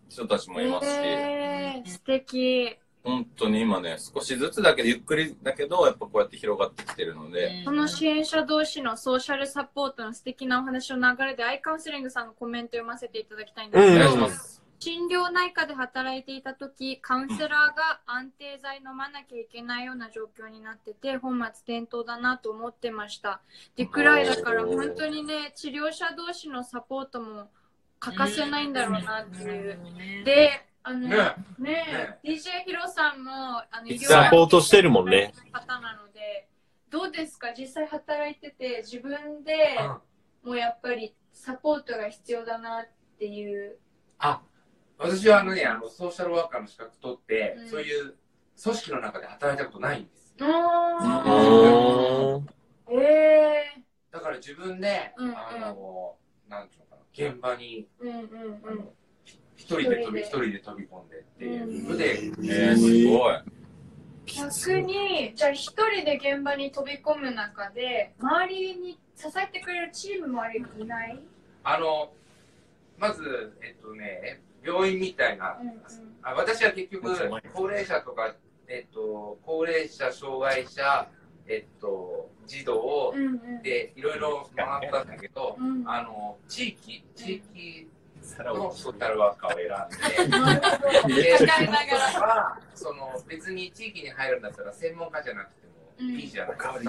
[SPEAKER 2] 人たちもいますし、
[SPEAKER 4] えー、素敵
[SPEAKER 2] 本当に今ね、少しずつだけど、ゆっくりだけど、やっぱこうやって広がってきてるので、
[SPEAKER 4] その支援者同士のソーシャルサポートの素敵なお話の流れでアイカウンセリングさんのコメント読ませていただきたいんです
[SPEAKER 1] うん
[SPEAKER 2] お
[SPEAKER 4] けど、
[SPEAKER 2] 願いします。
[SPEAKER 4] 心療内科で働いていた時カウンセラーが安定剤飲まなきゃいけないような状況になってて本末転倒だなと思ってましたでくらいだから
[SPEAKER 1] おー
[SPEAKER 4] 本当にね治療者同士のサポートも欠かせないんだろうなっていうであのね
[SPEAKER 5] ね
[SPEAKER 4] ね DJ ヒロさんもあの医療
[SPEAKER 2] サ
[SPEAKER 1] ポートしてるもんね
[SPEAKER 4] 方なのでどうですか実際働いてて自分で
[SPEAKER 5] うん
[SPEAKER 4] もうやっぱりサポートが必要だなっていう
[SPEAKER 5] あ、私はあのね、あの、ソーシャルワーカーの資格取って、
[SPEAKER 4] うん
[SPEAKER 5] そういう組織の中で働いたことないんです。
[SPEAKER 4] あ
[SPEAKER 2] うーん
[SPEAKER 4] ええ
[SPEAKER 5] だから自分で、
[SPEAKER 4] うんうん
[SPEAKER 5] あの、なんていうのかな、現場に、
[SPEAKER 4] ー、うんうん
[SPEAKER 5] あ
[SPEAKER 4] うん
[SPEAKER 5] の一人で飛び、
[SPEAKER 4] 一
[SPEAKER 5] 一
[SPEAKER 4] 人
[SPEAKER 5] 人で飛び込んでっていうので、
[SPEAKER 2] えー、すごい。
[SPEAKER 4] 逆にじゃあ一人で現場に飛び込む中で周りに支えてくれるチームもありいない、
[SPEAKER 5] あの、まず、えっとね、病院みたいな、
[SPEAKER 4] うんうん
[SPEAKER 5] あ私は結局
[SPEAKER 1] めっちゃ前、
[SPEAKER 5] 高齢者とか、えっと、高齢者、障害者、えっと、児童
[SPEAKER 4] うんうん
[SPEAKER 5] で、いろいろ回ったんだけど、
[SPEAKER 4] うん
[SPEAKER 5] あの、地域、地域のソーシャルワーカーを選んで、
[SPEAKER 4] なる ほど
[SPEAKER 5] で、
[SPEAKER 4] 抱えながら
[SPEAKER 5] は、その、別に地域に入るんだったら、専門家じゃなくて
[SPEAKER 4] う
[SPEAKER 5] も
[SPEAKER 4] ん
[SPEAKER 5] いいじゃないですか。
[SPEAKER 1] わ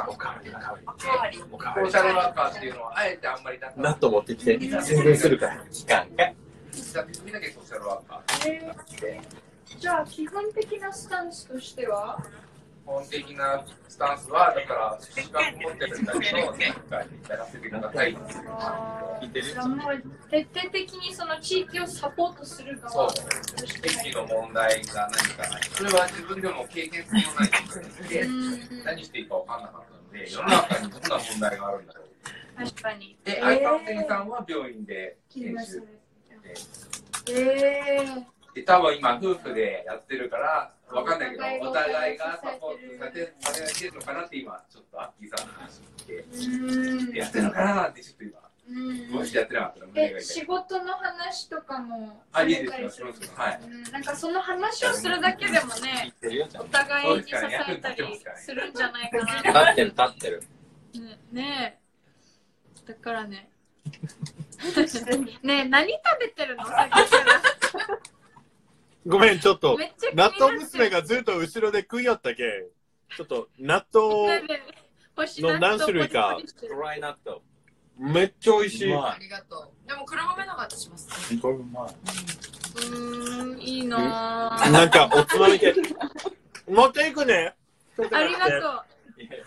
[SPEAKER 1] りおか
[SPEAKER 5] ソーシャルワーカーっていうのは、あえてあんまり出さな。
[SPEAKER 1] ないと持ってきて宣伝するから
[SPEAKER 2] 期間が。
[SPEAKER 5] だって、君だけソーシャルワーカー。
[SPEAKER 4] えーじゃあ基本的なスタンスとしては
[SPEAKER 5] 基本的なスタンスは、だから、資格持ってるんだけど、なんかやらせてくださいっていう。
[SPEAKER 4] あ
[SPEAKER 2] 聞いてる
[SPEAKER 4] ーじゃあもう徹底的にその地域をサポートする側
[SPEAKER 5] そう
[SPEAKER 4] として
[SPEAKER 5] 地域の問題が何かない。それは自分でも経験性のないことで
[SPEAKER 4] うん、
[SPEAKER 5] 何していいか分かんなかったので、世の中にどんな問題があるんだろう。
[SPEAKER 4] 確かに
[SPEAKER 5] で、
[SPEAKER 4] えー
[SPEAKER 5] 相川先さんは病院で
[SPEAKER 4] 聞き
[SPEAKER 5] 研
[SPEAKER 4] ました
[SPEAKER 5] 修
[SPEAKER 4] ね
[SPEAKER 5] で、
[SPEAKER 4] えー
[SPEAKER 5] で、多分今、夫婦でやってるから、分かんないけど、お互いがサポートされてされてるのかなって今、ちょっとアッキーさんの話聞
[SPEAKER 4] う
[SPEAKER 5] いて、やっ
[SPEAKER 4] ん
[SPEAKER 5] てるのかなってちょっと今、
[SPEAKER 4] うん
[SPEAKER 5] もしやってなかったら胸が
[SPEAKER 4] え
[SPEAKER 5] 痛い。
[SPEAKER 4] 仕事の話とかも
[SPEAKER 5] あ、いいです
[SPEAKER 4] された
[SPEAKER 5] よ、
[SPEAKER 4] り
[SPEAKER 5] し
[SPEAKER 4] る
[SPEAKER 5] ますよ。はい。
[SPEAKER 4] うんなんかその話をするだけでも
[SPEAKER 2] 聞い
[SPEAKER 4] ね
[SPEAKER 2] てるよ、ちゃ
[SPEAKER 4] お
[SPEAKER 2] んと。
[SPEAKER 4] 互いに支えたりするんじゃないかな
[SPEAKER 2] 立 ってる、立ってる。
[SPEAKER 4] ねねえだからねねえ何食べてるのさっきから
[SPEAKER 1] ごめんちょっと
[SPEAKER 4] めっちゃ気にな
[SPEAKER 1] 納
[SPEAKER 4] って
[SPEAKER 1] 豆娘がずっと後ろで食いよったけんちょっと納豆
[SPEAKER 4] 星
[SPEAKER 1] の何種類か
[SPEAKER 2] ドライナット。
[SPEAKER 1] めっちゃ美味しい
[SPEAKER 3] ありがとう。でも黒豆の方が私も好き。
[SPEAKER 2] これうまい。
[SPEAKER 4] うーんいいなあ
[SPEAKER 1] なんかおつまみ系持っていくね
[SPEAKER 4] ありがとう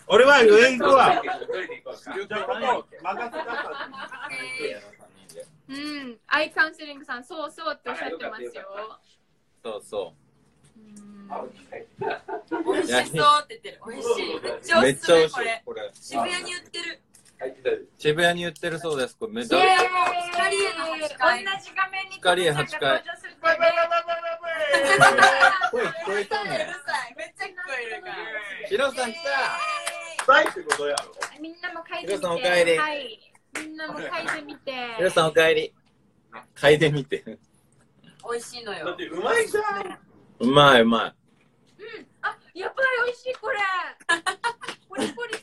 [SPEAKER 1] 俺は上行くわ
[SPEAKER 5] 一人で行こうか。
[SPEAKER 1] じゃあここ任せたか
[SPEAKER 4] うんアイカウンセリングさんそうそうっておっしゃってますよ
[SPEAKER 2] そうそ
[SPEAKER 4] うん
[SPEAKER 3] 美味しそうって言ってる。美味しい。めっちゃ
[SPEAKER 2] う。め
[SPEAKER 3] お
[SPEAKER 2] っ
[SPEAKER 3] す
[SPEAKER 2] ち
[SPEAKER 3] す
[SPEAKER 2] ゃ美味し
[SPEAKER 3] め
[SPEAKER 2] い
[SPEAKER 3] これ。。
[SPEAKER 2] これ。
[SPEAKER 3] 渋谷に売ってる。
[SPEAKER 2] 渋谷に売ってるそうです。これめっ
[SPEAKER 4] イ
[SPEAKER 2] ち
[SPEAKER 4] エーイ
[SPEAKER 2] ゃ。
[SPEAKER 3] 光栄の八回
[SPEAKER 4] 同じ画面に
[SPEAKER 2] 光栄八回
[SPEAKER 4] 登場するとね
[SPEAKER 1] 声聞こえ
[SPEAKER 6] う
[SPEAKER 1] た
[SPEAKER 6] る
[SPEAKER 1] ね
[SPEAKER 6] さい。めっちゃ聞こえるから。
[SPEAKER 2] ヒロさん来
[SPEAKER 1] ないってことやろ
[SPEAKER 4] みんなも書いて
[SPEAKER 2] 皆
[SPEAKER 4] みて
[SPEAKER 2] さんお帰り
[SPEAKER 4] はいみんなも書いてみて
[SPEAKER 2] たヒロさんおかえり。嗅いでみて。
[SPEAKER 3] 美味しいの
[SPEAKER 1] だっ
[SPEAKER 3] よ。
[SPEAKER 1] てうまいじゃん
[SPEAKER 2] うまいうま
[SPEAKER 4] あやばい美味しいこれポリポリ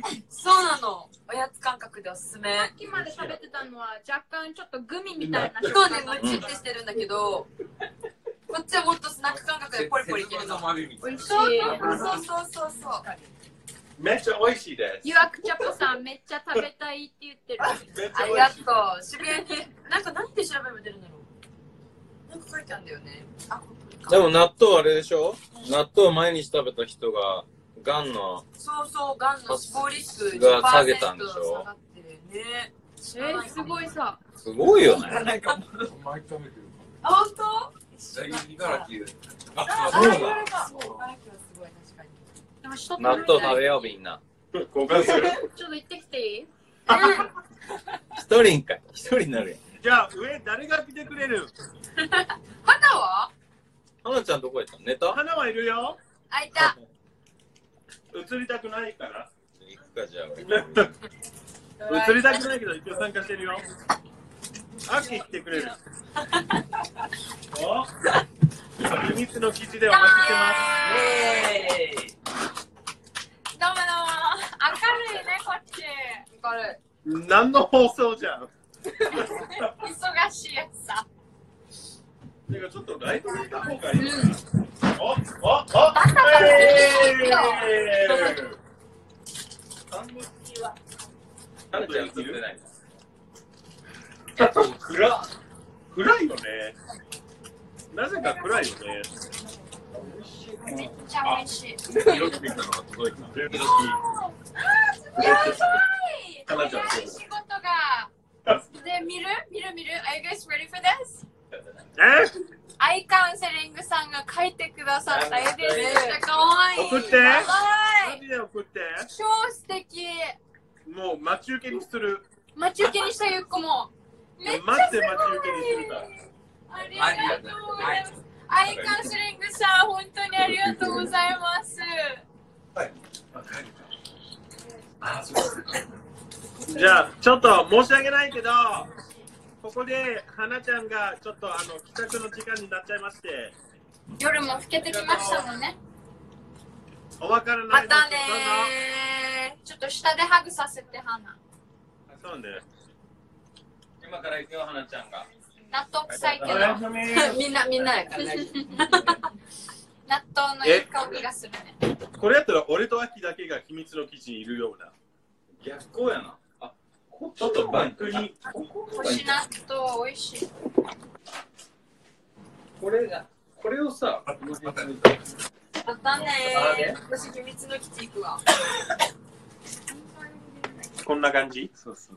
[SPEAKER 4] する
[SPEAKER 3] そうなの。おやつ感覚でおすすめ
[SPEAKER 4] さ。っきまで食べてたのは若干ちょっとグミみたいな
[SPEAKER 3] そうね、ムチってしてるんだけど、こっちはもっとスナック感覚でポリポリいけるの。
[SPEAKER 4] 美味しい
[SPEAKER 3] そうそうそうそうそう。
[SPEAKER 1] めっちゃ美味しいで
[SPEAKER 4] ゆわくちゃぽさんめっちゃ食べたいって言ってる
[SPEAKER 1] すめっち
[SPEAKER 3] あ
[SPEAKER 1] ゃ
[SPEAKER 3] り
[SPEAKER 1] 美
[SPEAKER 3] が
[SPEAKER 1] 味しい
[SPEAKER 3] とう。渋谷に、なんか何で調べも出るんだろう。なんか書いてあるんだよね。あ、
[SPEAKER 2] い。でも納豆あれでしょ納豆を毎日食べた人が、がんの、
[SPEAKER 3] そうそう、がんの死亡リスク
[SPEAKER 2] が下げたんでしょ
[SPEAKER 3] 10%下がってるね。
[SPEAKER 4] えー、すごいさ
[SPEAKER 2] すごいよね。
[SPEAKER 5] なんか、毎食べてる。
[SPEAKER 3] あ、本当
[SPEAKER 5] 茨城で。
[SPEAKER 3] あ、
[SPEAKER 2] そうだ
[SPEAKER 3] 茨城はすごい、確かに。
[SPEAKER 4] でも一つ
[SPEAKER 2] 納豆食べようみんな。
[SPEAKER 1] 交換する
[SPEAKER 4] ちょっと行ってきていい
[SPEAKER 2] 一人んかい。一人になるやん。
[SPEAKER 1] じゃあ上誰が来てくれる
[SPEAKER 3] 肌は
[SPEAKER 2] はなちゃんどこやったの寝た
[SPEAKER 1] 花はいるよ
[SPEAKER 3] あいた。
[SPEAKER 1] 映りたくないから
[SPEAKER 2] 行くかじゃ あ俺。
[SPEAKER 1] 映りたくないけど一応参加してるよ秋来てくれるお秘密の基地でお待ちしてま
[SPEAKER 3] えーイ
[SPEAKER 4] どうもどうも明るいねこっち
[SPEAKER 3] 明る
[SPEAKER 1] す何の放送じゃん
[SPEAKER 4] 忙しいやつさ
[SPEAKER 1] てかちょっとライト見た方がいいかなおおおえー半分
[SPEAKER 2] はなちゃん映ってない。
[SPEAKER 1] 暗っ暗いよねなぜか暗いよね。
[SPEAKER 4] めっちゃ美味しい。
[SPEAKER 2] 色ついたのが届いた。色つい
[SPEAKER 4] やば
[SPEAKER 2] 彼
[SPEAKER 4] い。
[SPEAKER 2] 女は
[SPEAKER 4] 早い仕事が。で、見る見る見る ?Are you guys ready for this?
[SPEAKER 1] え
[SPEAKER 4] アイカウンセリングさんが書いてくださった絵です。めっちゃ可愛い。
[SPEAKER 1] 送って
[SPEAKER 4] 可愛い。
[SPEAKER 1] マジで送って
[SPEAKER 4] 超素敵。
[SPEAKER 1] もう待ち受けにする。
[SPEAKER 4] 待ち受けにしたゆっこも。めっちゃ
[SPEAKER 1] 待って待ち受けにするから。
[SPEAKER 4] あり
[SPEAKER 2] あり
[SPEAKER 4] が
[SPEAKER 2] がと
[SPEAKER 4] とう
[SPEAKER 2] う
[SPEAKER 4] ご
[SPEAKER 2] ご
[SPEAKER 4] ざ
[SPEAKER 2] ざ
[SPEAKER 4] い
[SPEAKER 2] い
[SPEAKER 4] ま
[SPEAKER 2] ますす。
[SPEAKER 4] アイカウンセリングさん、本当にありがとうございます。
[SPEAKER 5] あ、そうか。
[SPEAKER 1] じゃあ、ちょっと申し訳ないけど、ここで、花ちゃんが、ちょっと、あの、企画の時間になっちゃいまして、
[SPEAKER 4] 夜も更けてきましたもんね。
[SPEAKER 1] お別れの
[SPEAKER 4] ま
[SPEAKER 1] 挨拶
[SPEAKER 4] たねー。ちょっと下でハグさせて、ハナ。
[SPEAKER 1] どうぞ。そうね。
[SPEAKER 2] 今から行くよ、花ちゃんが。
[SPEAKER 4] 納豆臭いけど、
[SPEAKER 1] おやすみ。
[SPEAKER 7] みんな、みんなやから大丈夫。
[SPEAKER 4] 納豆のいい香りがするね。
[SPEAKER 1] これやったら、俺と秋だけが秘密の基地にいるような。
[SPEAKER 2] 逆光やな。あ、
[SPEAKER 1] ちょっとバックに。
[SPEAKER 4] 干し納豆、美味しい。
[SPEAKER 2] これだ。これをさ、
[SPEAKER 4] またね
[SPEAKER 2] またね
[SPEAKER 4] ー。私、秘密の基地行くわ。
[SPEAKER 1] こんな感じ
[SPEAKER 2] そうそうそう。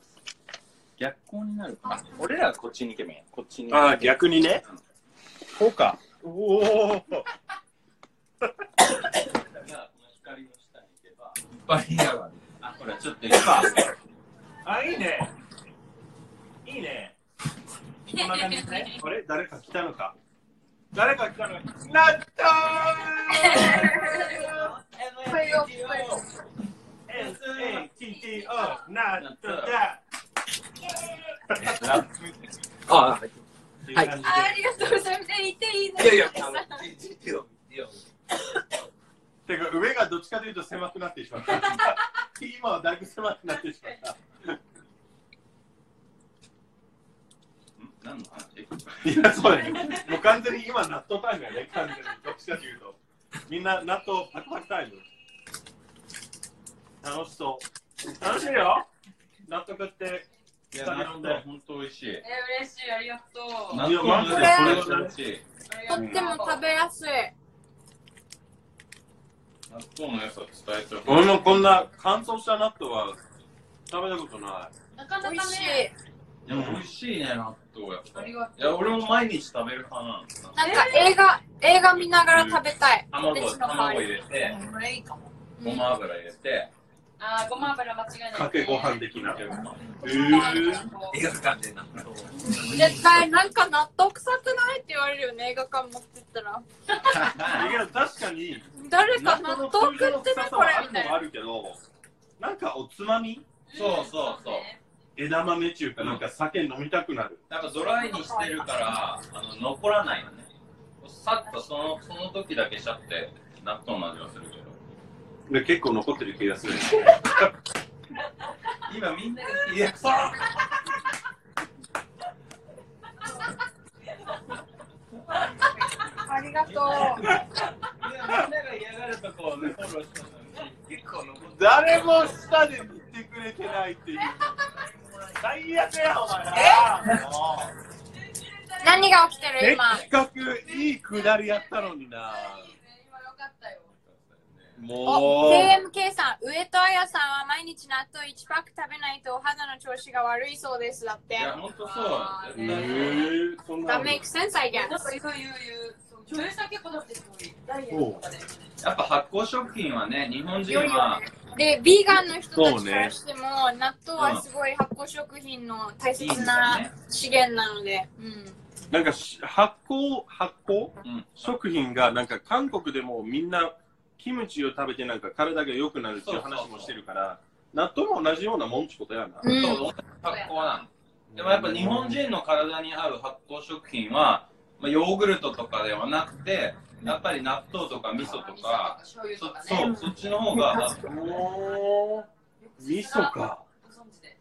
[SPEAKER 2] 逆光になるか。俺らはこっちに行けばいいやこっちに。
[SPEAKER 1] ああ、逆にね。こうか。おお。
[SPEAKER 2] だからこの光の下に行けば。
[SPEAKER 5] バリアは。
[SPEAKER 2] あ、ほら、ちょっと行けば。
[SPEAKER 1] あ、いいね。いいね。こんな感じね。あれ誰か来たのか。誰か来たのか。なった
[SPEAKER 4] これよ、これよ。
[SPEAKER 1] ー !SATTO! なっただ
[SPEAKER 2] あ、はい。
[SPEAKER 1] っていう感じで
[SPEAKER 4] ありがとうございます。え、行っていい
[SPEAKER 5] いや いや、
[SPEAKER 4] ですか
[SPEAKER 5] あの、いいよ、いいよ。
[SPEAKER 1] てか、上がどっちかというと狭くなってしまった。今はだいぶ狭くなってしまった。
[SPEAKER 2] 何の話
[SPEAKER 1] いや、そうだよ。もう完全に今、納豆タイムやね。完全に。どっちかというと。みんな、納豆パクパクタイム。楽しそう。楽しいよ。納得って。
[SPEAKER 2] いや、納豆本当美味しい。
[SPEAKER 7] え、嬉しい、ありがと
[SPEAKER 2] 納豆マジでこれ美味しい。
[SPEAKER 4] とっても食べやすい。
[SPEAKER 2] 納豆の良さ伝えちゃう。
[SPEAKER 1] 俺もこんな乾燥した納豆は食べたことな
[SPEAKER 7] う。なかなか
[SPEAKER 4] 美味しい。
[SPEAKER 7] ね、
[SPEAKER 2] いや、美味しいね、納豆やっぱ。
[SPEAKER 7] あ
[SPEAKER 2] い
[SPEAKER 7] りがと
[SPEAKER 2] や、俺も毎日食べる派なんです
[SPEAKER 4] なんか映画、映画見ながら食べたい。
[SPEAKER 2] 卵、
[SPEAKER 4] 私の代
[SPEAKER 2] 卵
[SPEAKER 4] わ
[SPEAKER 2] 入
[SPEAKER 4] り
[SPEAKER 2] れて、
[SPEAKER 4] これいいかも。
[SPEAKER 2] ごま油入れて、
[SPEAKER 7] う。あー、ごま油間違いない。
[SPEAKER 1] い。かけご飯的な。
[SPEAKER 2] でもまあ
[SPEAKER 1] えー、
[SPEAKER 5] 映画館で納豆。
[SPEAKER 4] 絶対なんか納豆臭くないって言われるよね、映画館持ってったら。
[SPEAKER 1] いや確かに
[SPEAKER 4] 誰か納豆食ってね、これみたい
[SPEAKER 1] あ
[SPEAKER 4] な。
[SPEAKER 1] るけどなんかおつまみ
[SPEAKER 2] そうそうそう。
[SPEAKER 1] 枝豆中かなんか酒飲みたくなる
[SPEAKER 2] なんかドライにしてるから、あの、残らないよね。さっとその、その時だけしちゃって、納豆の味はするけど。
[SPEAKER 1] で結構残ってる気がする
[SPEAKER 2] 今みんなが、いや、そう
[SPEAKER 4] ありがとう。
[SPEAKER 2] いやみんなが嫌がるとこをね、フォローしたのに、結構残って
[SPEAKER 1] 誰も下で見てくれてないっていう最悪やお前な
[SPEAKER 4] 何が起きてる今。
[SPEAKER 1] 的確いいくだりやったのにな
[SPEAKER 7] 今よかったよ。
[SPEAKER 1] も
[SPEAKER 4] お
[SPEAKER 1] う
[SPEAKER 4] KMK さん、上戸彩さんは毎日納豆1パック食べないとお肌の調子が悪いそうです。だって
[SPEAKER 2] い。や、ほんとそう。
[SPEAKER 1] え
[SPEAKER 2] 絶対そう
[SPEAKER 1] ー、そんな
[SPEAKER 4] That makes sense, I
[SPEAKER 7] なん
[SPEAKER 4] guess.
[SPEAKER 7] かそういう、そう女優さん結構だってすごい。ダイエットとかで。
[SPEAKER 2] やっぱ発酵食品はね、日本人は、
[SPEAKER 4] で、ビーガンの人た
[SPEAKER 1] そう
[SPEAKER 4] ち
[SPEAKER 1] ね
[SPEAKER 4] からしても、納豆はすごい発酵食品の大
[SPEAKER 2] いいん
[SPEAKER 4] 切
[SPEAKER 2] です
[SPEAKER 4] な
[SPEAKER 2] よね。
[SPEAKER 4] 資源なので。うん。
[SPEAKER 1] なんかし発酵発酵
[SPEAKER 2] うん。
[SPEAKER 1] 食品がなんか韓国でもみんなキムチを食べてなんか体が良くなるっていう話もしてるから納豆も同じようなもんちことやな、
[SPEAKER 4] う、
[SPEAKER 2] そうん発酵なんでもやっぱ日本人の体に合う発酵食品は、まあ、ヨーグルトとかではなくて、やっぱり納豆とか味噌とか、
[SPEAKER 7] 醤油
[SPEAKER 2] そ
[SPEAKER 7] とかね。
[SPEAKER 2] そう、そっちの方が、
[SPEAKER 1] おー味噌か
[SPEAKER 7] ご存知で。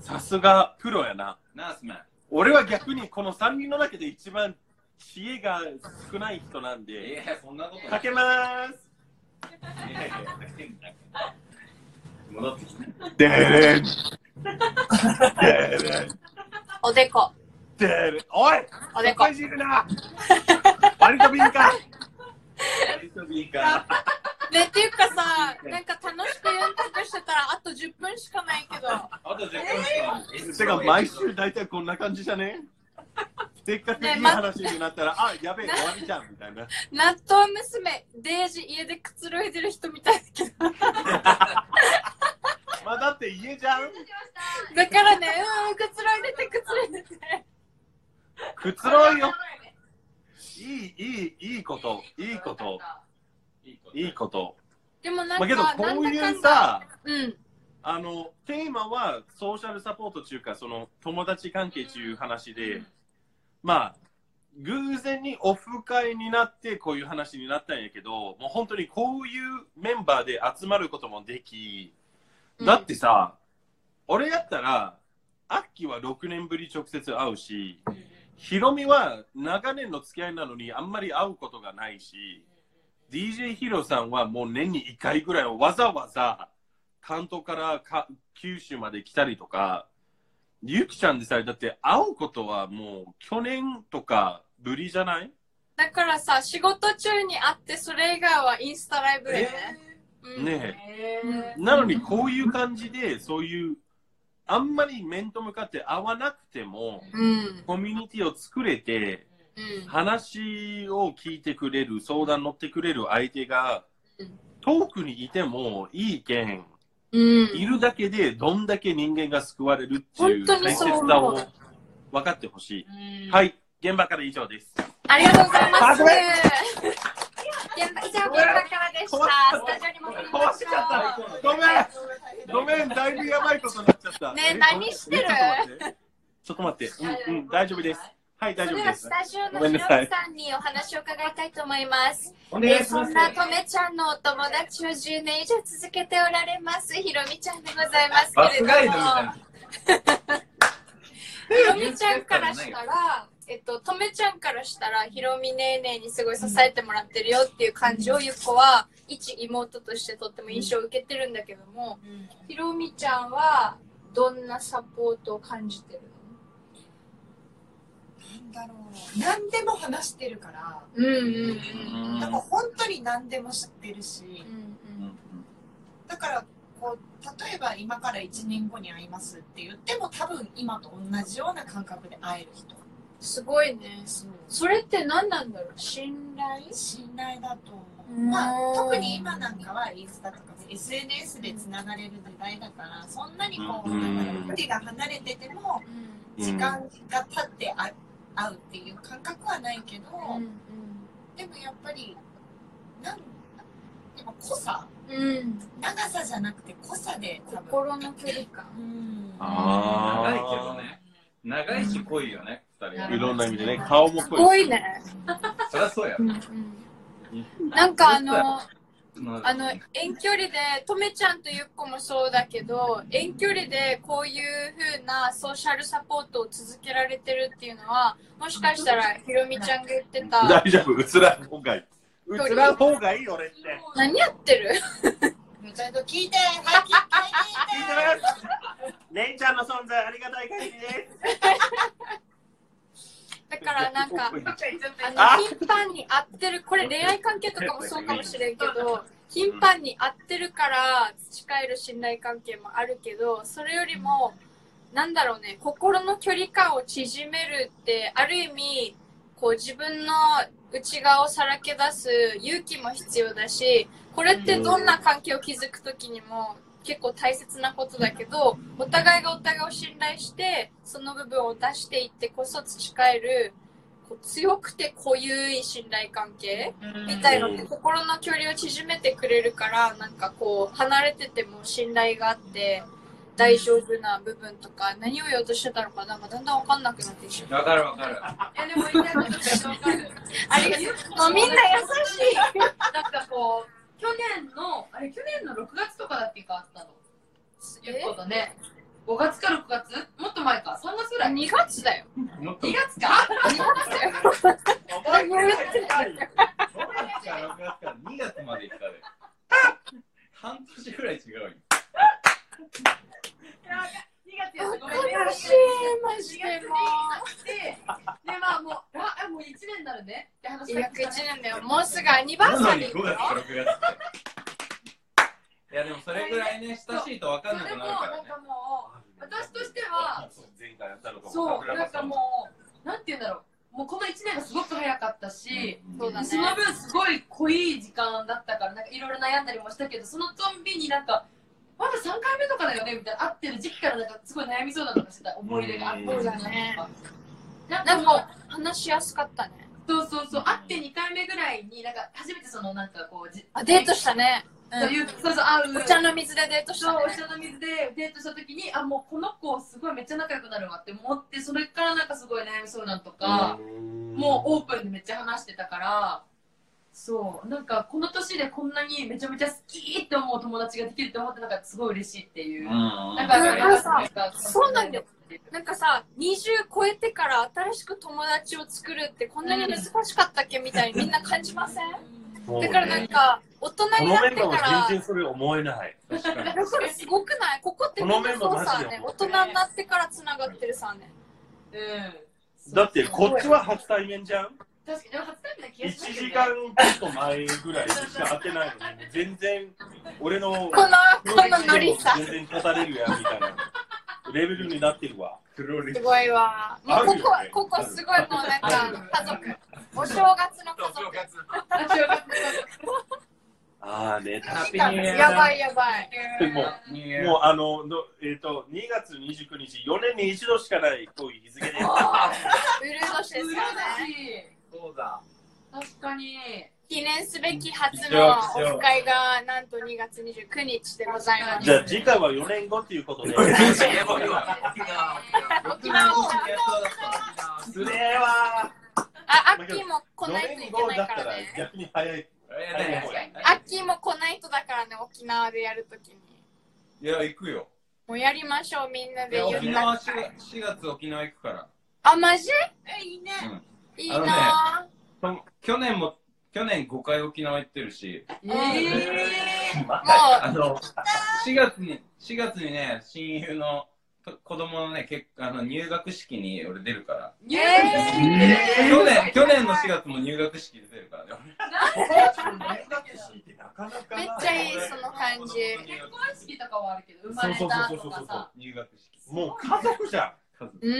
[SPEAKER 1] さすがプロやな
[SPEAKER 2] ナースメン。
[SPEAKER 1] 俺は逆にこの3人の中で一番知恵が少ない人なん
[SPEAKER 2] い
[SPEAKER 1] で
[SPEAKER 2] や、そんなことな
[SPEAKER 1] か
[SPEAKER 2] い。
[SPEAKER 1] けまーす
[SPEAKER 2] いやいやかけんな戻ってきた。
[SPEAKER 1] でれんでれん
[SPEAKER 4] おでこ。
[SPEAKER 1] ってるおい
[SPEAKER 3] お
[SPEAKER 1] お
[SPEAKER 3] でこ
[SPEAKER 1] い。しいるな割と敏感
[SPEAKER 5] 割と敏感。
[SPEAKER 3] ね、っていうかさ、なんか楽しくやりとしてたら、あと10分しかないけど。
[SPEAKER 5] あと10分しかない
[SPEAKER 1] てか毎週大体こんな感じじゃねせっかくいい
[SPEAKER 3] ねま
[SPEAKER 1] 話になったら、あやべえ終わりじゃんみたいな
[SPEAKER 3] 納豆娘、デージ家でくつろいでる人みたいだけど。
[SPEAKER 1] まあだって家じゃん
[SPEAKER 3] だからね、うん、くつろいでて、くつろいでて。
[SPEAKER 1] くつろいよいいいいいいこといいこといいこと
[SPEAKER 3] でもな
[SPEAKER 1] ま
[SPEAKER 3] んか、
[SPEAKER 1] あけどこう
[SPEAKER 3] な
[SPEAKER 1] いう
[SPEAKER 3] んだか
[SPEAKER 1] ん
[SPEAKER 3] だ。
[SPEAKER 1] さ
[SPEAKER 3] うん。
[SPEAKER 1] あのテーマはソーシャルサポート中かその友達関係中いう話で、まあ偶然にオフ会になってこういう話になったんやけどもう本当にこういうメンバーで集まることもできだってさ、俺やったらアッキーは6年ぶり直接会うし、ヒロミは長年の付き合いなのにあんまり会うことがないし、DJ ヒロさんはもう年に1回ぐらいをわざわざ関東からか九州まで来たりとか、ゆきちゃんでさえだって会うことはもう去年とかぶりじゃない
[SPEAKER 3] だからさ、仕事中に会って、それ以外はインスタライブだよね。うん
[SPEAKER 1] ね
[SPEAKER 7] へ
[SPEAKER 3] うん
[SPEAKER 7] ー
[SPEAKER 1] え。なのにこういう感じで、そういう、あんまり面と向かって会わなくても、
[SPEAKER 3] うん。
[SPEAKER 1] コミュニティを作れて、
[SPEAKER 3] うん。
[SPEAKER 1] 話を聞いてくれる、相談乗ってくれる相手が
[SPEAKER 3] うん、
[SPEAKER 1] 遠くにいてもいいけん、
[SPEAKER 3] うん
[SPEAKER 1] いるだけでどんだけ人間が救われるっていう
[SPEAKER 3] 本
[SPEAKER 1] 大
[SPEAKER 3] 当
[SPEAKER 1] 切
[SPEAKER 3] にそう
[SPEAKER 1] さ
[SPEAKER 3] 思
[SPEAKER 1] を
[SPEAKER 3] う
[SPEAKER 1] 分かってほし
[SPEAKER 7] うん
[SPEAKER 1] い。はい、現場から以上です。
[SPEAKER 3] ありがとうございま
[SPEAKER 4] 現場以上現場から
[SPEAKER 3] す。
[SPEAKER 4] でした。スタジオに戻りましょう。
[SPEAKER 1] ごめんごめん、だいぶやばいことになっちゃった。
[SPEAKER 3] ね
[SPEAKER 1] え
[SPEAKER 3] 何してる
[SPEAKER 1] ごめんちょっと待って。ちょっと待って。うん、うん、大丈夫です。はい、大
[SPEAKER 4] そ
[SPEAKER 1] 丈夫
[SPEAKER 4] れで
[SPEAKER 1] で
[SPEAKER 4] は
[SPEAKER 1] す
[SPEAKER 4] ス。タジオ
[SPEAKER 1] ごめん
[SPEAKER 4] のひ
[SPEAKER 1] なさ
[SPEAKER 4] ろ
[SPEAKER 1] い
[SPEAKER 4] みさんにお話を伺いたいと思います。
[SPEAKER 5] お
[SPEAKER 4] えーそんなとめちゃんのお友達を10年以上続けておられますひろみちゃんでございます
[SPEAKER 5] バ
[SPEAKER 4] け
[SPEAKER 5] ス
[SPEAKER 4] れ
[SPEAKER 5] ガイ
[SPEAKER 4] ど
[SPEAKER 5] ドみたい
[SPEAKER 4] も
[SPEAKER 5] な。
[SPEAKER 3] ひろみちゃんからしたら、えっと、とめちゃんからしたら、ひろみねーねーにすごい支えてもらってるよっていう感じを、ゆっこは、一妹としてとっても印象を受けてるんだけども、ひろみちゃんは、どんなサポートを感じてる
[SPEAKER 6] なんだろう何でも話してるから
[SPEAKER 3] のうん
[SPEAKER 1] うん
[SPEAKER 6] だから本当に何でも知ってるし
[SPEAKER 3] うんうん。
[SPEAKER 6] だからこう例えば今から1年後に会いますって言っても多分今と同じような感覚で会える人
[SPEAKER 3] すごいね。それって何なんだろう信頼
[SPEAKER 6] 信頼だと思う、
[SPEAKER 3] うん
[SPEAKER 6] まあ、特に今なんかはインスタとか SNS でつながれる時代だからそんなにこう
[SPEAKER 1] うん
[SPEAKER 6] なんか距離が離れてても時間が経ってあ会うっていう感覚はないけど、でもやっぱりなんでも濃さ
[SPEAKER 3] うん。
[SPEAKER 6] 長さじゃなくて濃さで多分
[SPEAKER 3] 心の距離感。
[SPEAKER 6] うん
[SPEAKER 1] あ
[SPEAKER 5] 長い
[SPEAKER 1] ー
[SPEAKER 5] けどね。長いし濃いよね、二人は。
[SPEAKER 1] いろんな意味でね、顔も
[SPEAKER 3] す
[SPEAKER 1] 濃
[SPEAKER 3] ご
[SPEAKER 1] い。
[SPEAKER 3] いね。
[SPEAKER 5] そりゃそうや。
[SPEAKER 3] なんかあの、あ
[SPEAKER 5] あ
[SPEAKER 3] の、遠距離で、とめちゃんとゆっこもそうだけど、遠距離でこういう風なソーシャルサポートを続けられてるっていうのは、もしかしたらひろみちゃんが言ってた、
[SPEAKER 1] 大丈夫、うつらん方がいい。うつらん方がいい、俺って。
[SPEAKER 3] 何やってる
[SPEAKER 6] ちゃんと聞いてはい聞いて
[SPEAKER 1] 聞いてます。レイちゃんの存在ありがたい限りです。
[SPEAKER 3] だからなんか、あ
[SPEAKER 1] あ
[SPEAKER 3] の頻繁に会ってるこれ恋愛関係とかもそうかもしれんけど頻繁に会ってるから培える信頼関係もあるけどそれよりもなんだろうね心の距離感を縮めるってある意味こう自分の内側をさらけ出す勇気も必要だしこれってどんな関係を築く時にも結構大切なことだけどお互いがお互いを信頼してその部分を出していってこそ培えるこう強くて固有い信頼関係みたいのって心の距離を縮めてくれるからなんかこう離れてても信頼があって大丈夫な部分とか何を言おうとしてたのかなんかだんだん分かんなくなってきちゃう。
[SPEAKER 5] わかるわかる。
[SPEAKER 7] いやでも言いたいことちょっとわかる。
[SPEAKER 3] ありがとう。もうみんな優しい。
[SPEAKER 7] なんかこう去年のあれ去年の6月とかだっけかあったの。ゆっことね。5月か6月？もっと前か。3月ぐらい。2
[SPEAKER 3] 2月だよ。
[SPEAKER 5] もっと
[SPEAKER 7] 月か。
[SPEAKER 5] 覚えてない。5月から6月から2月まで行ったで。半年ぐらい違うよ。
[SPEAKER 7] 2月やったごめん。
[SPEAKER 3] マジでもう。
[SPEAKER 7] で
[SPEAKER 2] い
[SPEAKER 5] なのに5月から6月
[SPEAKER 2] やでもそれぐらいね親しいと分かんな
[SPEAKER 4] で
[SPEAKER 2] く
[SPEAKER 4] も
[SPEAKER 2] なるか
[SPEAKER 4] な
[SPEAKER 2] ら
[SPEAKER 4] ん
[SPEAKER 2] ね
[SPEAKER 4] かもう私としては
[SPEAKER 5] 前回やったのと
[SPEAKER 7] そうなんかもうなんて言うんだろうもうこの1年がすごく早かったし、
[SPEAKER 3] そうだね
[SPEAKER 7] その分すごい濃い時間だったからなんかいろいろ悩んだりもしたけどそのとんびになんかまだ3回目とかだよねみたいな会ってる時期からなんかすごい悩み相談とかしてた思い出があったじゃないですか。なん
[SPEAKER 3] な
[SPEAKER 7] か
[SPEAKER 3] ん
[SPEAKER 7] もう
[SPEAKER 3] か話しやすかったね。
[SPEAKER 7] そうそうそう会って2回目ぐらいになんか初めてそのなんかこうじ
[SPEAKER 3] あ、デートしたね。
[SPEAKER 7] というそうそう会う
[SPEAKER 3] お茶の水でデートした
[SPEAKER 7] そう
[SPEAKER 3] ね
[SPEAKER 7] お。茶の水でデートした時にあもうこの子すごいめっちゃ仲良くなるわって思ってそれからなんかすごい悩み相談とか、もうオープンでめっちゃ話してたからそうなんかこの年でこんなにめちゃめちゃ好きって思う友達ができるって思ってなんかすごい嬉しいっていう、なんか
[SPEAKER 3] だからさ
[SPEAKER 7] なんか
[SPEAKER 3] そうなんだよなんかさ、20超えてから新しく友達を作るってこんなに難しかったっけみたいにみんな感じません
[SPEAKER 1] もうね
[SPEAKER 3] だからなんか、大人
[SPEAKER 1] こ
[SPEAKER 3] にな
[SPEAKER 1] の
[SPEAKER 3] っ
[SPEAKER 1] メン
[SPEAKER 3] て
[SPEAKER 1] バーも
[SPEAKER 3] から、
[SPEAKER 1] 全然それ思えない。
[SPEAKER 3] だからすごくないここってみんなそうさね、
[SPEAKER 1] こ
[SPEAKER 3] 大
[SPEAKER 1] のメンバーマジで
[SPEAKER 3] 人になってからつながってるさね。
[SPEAKER 7] うん
[SPEAKER 1] だってこっちは初対面じゃん
[SPEAKER 7] 確かにでも初対面な気が
[SPEAKER 1] ?1
[SPEAKER 7] しますよ
[SPEAKER 1] 時
[SPEAKER 7] ね
[SPEAKER 1] 間ちょっと前ぐらいしか会ってないのに、全然俺の
[SPEAKER 3] この、このノリさ、
[SPEAKER 1] 全然立たれるやんみたいなレベルになってるわ。
[SPEAKER 5] 黒歴
[SPEAKER 3] すごいわ。も
[SPEAKER 1] あ
[SPEAKER 3] う
[SPEAKER 1] るよ
[SPEAKER 3] こ
[SPEAKER 1] ね
[SPEAKER 3] こ、ここすごいもうなんか、家族。お正月の家族。
[SPEAKER 1] ああね、確かに。
[SPEAKER 3] やばいやばい。
[SPEAKER 1] でももうあの、のえっ、と、2月29日、4年に一度しかないこういう日付で、
[SPEAKER 3] うるう年ですよね。
[SPEAKER 2] そうだ
[SPEAKER 7] 確かに
[SPEAKER 3] 記念すべき初のオフ会がなんと2月29日でございます。
[SPEAKER 1] じゃあ次回は4年後ということで。
[SPEAKER 2] 沖縄沖縄
[SPEAKER 1] すねえわ
[SPEAKER 3] あ、アッキーも来な
[SPEAKER 1] 4
[SPEAKER 3] いとい
[SPEAKER 1] 年
[SPEAKER 3] け
[SPEAKER 1] 後
[SPEAKER 3] ない
[SPEAKER 1] だっ
[SPEAKER 3] か
[SPEAKER 1] た
[SPEAKER 3] ら
[SPEAKER 1] ら
[SPEAKER 3] ね。
[SPEAKER 1] 逆に早い。
[SPEAKER 3] アッキーも来ないとだからね、沖縄でやるときに。
[SPEAKER 2] いや行くよ
[SPEAKER 3] もうやりましょう、みんなで。
[SPEAKER 2] 沖
[SPEAKER 3] ゆった
[SPEAKER 2] 縄
[SPEAKER 3] り会
[SPEAKER 2] 4月沖縄行くから
[SPEAKER 3] あ、マジ
[SPEAKER 6] えいいね
[SPEAKER 3] いいな
[SPEAKER 2] 去年も去年5回沖縄行ってるし
[SPEAKER 7] ええ
[SPEAKER 1] ま
[SPEAKER 3] ぁ。もう、
[SPEAKER 2] あの4月に4月にね親友のと子供のね結あの入学式に俺出るから
[SPEAKER 7] ニュー
[SPEAKER 2] 去年去年の4月も入学式で出るからね
[SPEAKER 1] ってなかなか
[SPEAKER 3] めっちゃいいその感じ
[SPEAKER 7] 結婚式とかはあるけど生まれたとかさ
[SPEAKER 2] 入学式
[SPEAKER 1] もう家族じゃん。
[SPEAKER 2] 家族
[SPEAKER 3] うん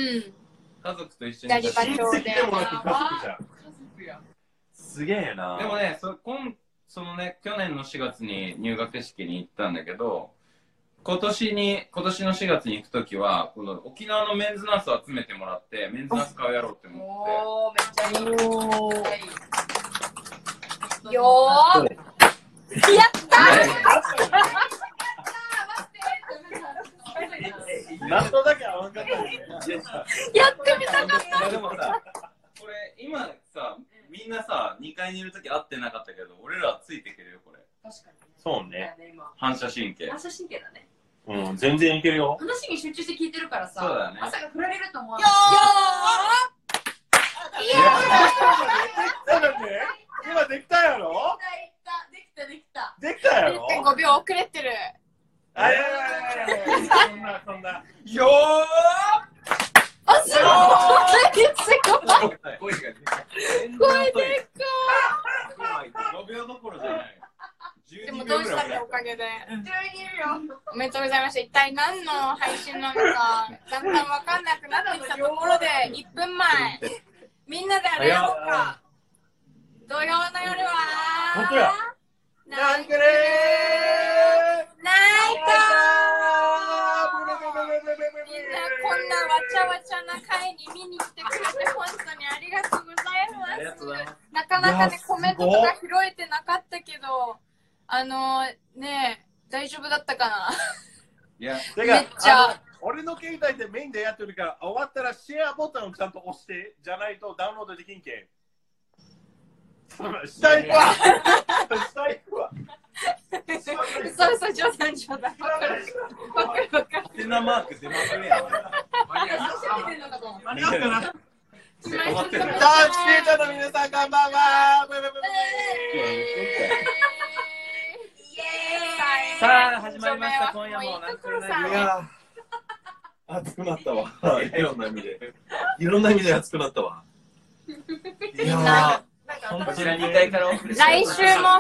[SPEAKER 2] 家族と一緒に
[SPEAKER 3] ガリバ
[SPEAKER 1] 親戚
[SPEAKER 3] リ
[SPEAKER 1] でもなく家族じゃん。
[SPEAKER 7] 家族や
[SPEAKER 1] すげえな
[SPEAKER 2] でもねそ今そのね去年の4月に入学式に行ったんだけど今年に今年の4月に行く時はこの沖縄のメンズナースを集めてもらってメンズナース買うやろうって思
[SPEAKER 7] おおめっちゃいい
[SPEAKER 3] おー
[SPEAKER 7] めっちゃいい
[SPEAKER 3] よーやった
[SPEAKER 1] なんとだけ合わんかったんだよね
[SPEAKER 3] やってみたかっ
[SPEAKER 2] っていやでもさこれ今さみんなさ2階にいる時会ってなかったけど俺らはついていけるよこれ
[SPEAKER 7] 確かに
[SPEAKER 1] そうね。
[SPEAKER 7] 今
[SPEAKER 2] 反射神経
[SPEAKER 7] 反射神経だね
[SPEAKER 1] うん、全然いけるよ。
[SPEAKER 7] 話に集中して聞いてるからさ朝が振られると思う
[SPEAKER 1] いや、できたよね。今できたやろ
[SPEAKER 7] できたできた
[SPEAKER 1] できたやろ
[SPEAKER 3] た1.5秒遅れてる
[SPEAKER 1] あ、いやいやいやいやいやそんな、そんな。
[SPEAKER 2] よー
[SPEAKER 3] あ、すごいすご
[SPEAKER 2] 声が声
[SPEAKER 3] い
[SPEAKER 2] が声でかい5秒どころじゃない
[SPEAKER 3] で
[SPEAKER 2] 12
[SPEAKER 3] も
[SPEAKER 2] 秒
[SPEAKER 3] どう
[SPEAKER 2] ぐ
[SPEAKER 3] した
[SPEAKER 2] ら
[SPEAKER 3] っ
[SPEAKER 2] い
[SPEAKER 3] ておかげで
[SPEAKER 4] 12秒
[SPEAKER 3] おめでとうございました一体何の配信なのかだんだんわかんなくなってきたところで1分前みんなであれやろうか土曜の夜
[SPEAKER 1] 本当や
[SPEAKER 3] は
[SPEAKER 1] なんくれ
[SPEAKER 3] ナイトみんなこんなわちゃわちゃな会に見に来てくれて本当にありがとうございます。
[SPEAKER 2] ありがとうございま
[SPEAKER 3] なかなか
[SPEAKER 1] いや
[SPEAKER 3] ね
[SPEAKER 1] すご
[SPEAKER 3] コ
[SPEAKER 1] い
[SPEAKER 3] メントとか拾えてなかったけど、あのね大丈夫だったかな。
[SPEAKER 2] いや
[SPEAKER 1] て
[SPEAKER 3] めっちゃ
[SPEAKER 1] あの俺の携帯でメインでやってるから終わったらシェアボタンをちゃんと押してじゃないとダウンロードできん けん下行くわ下行くわ
[SPEAKER 3] そうそう冗談冗談。わかるわかるわかる。
[SPEAKER 2] てなマーク出まくりや
[SPEAKER 7] 喋ってんのかと思う
[SPEAKER 1] タッチ
[SPEAKER 3] 今一つ
[SPEAKER 1] デ
[SPEAKER 3] も
[SPEAKER 1] ータの皆さんこんばんはブブブブ
[SPEAKER 2] さあ始まりました今夜もなんくれない
[SPEAKER 1] ブいやー熱くなったわ いろんな意味でいろんな意味で熱くなったわいやー
[SPEAKER 6] なんか
[SPEAKER 8] こちら2階からお送りします
[SPEAKER 5] 来週も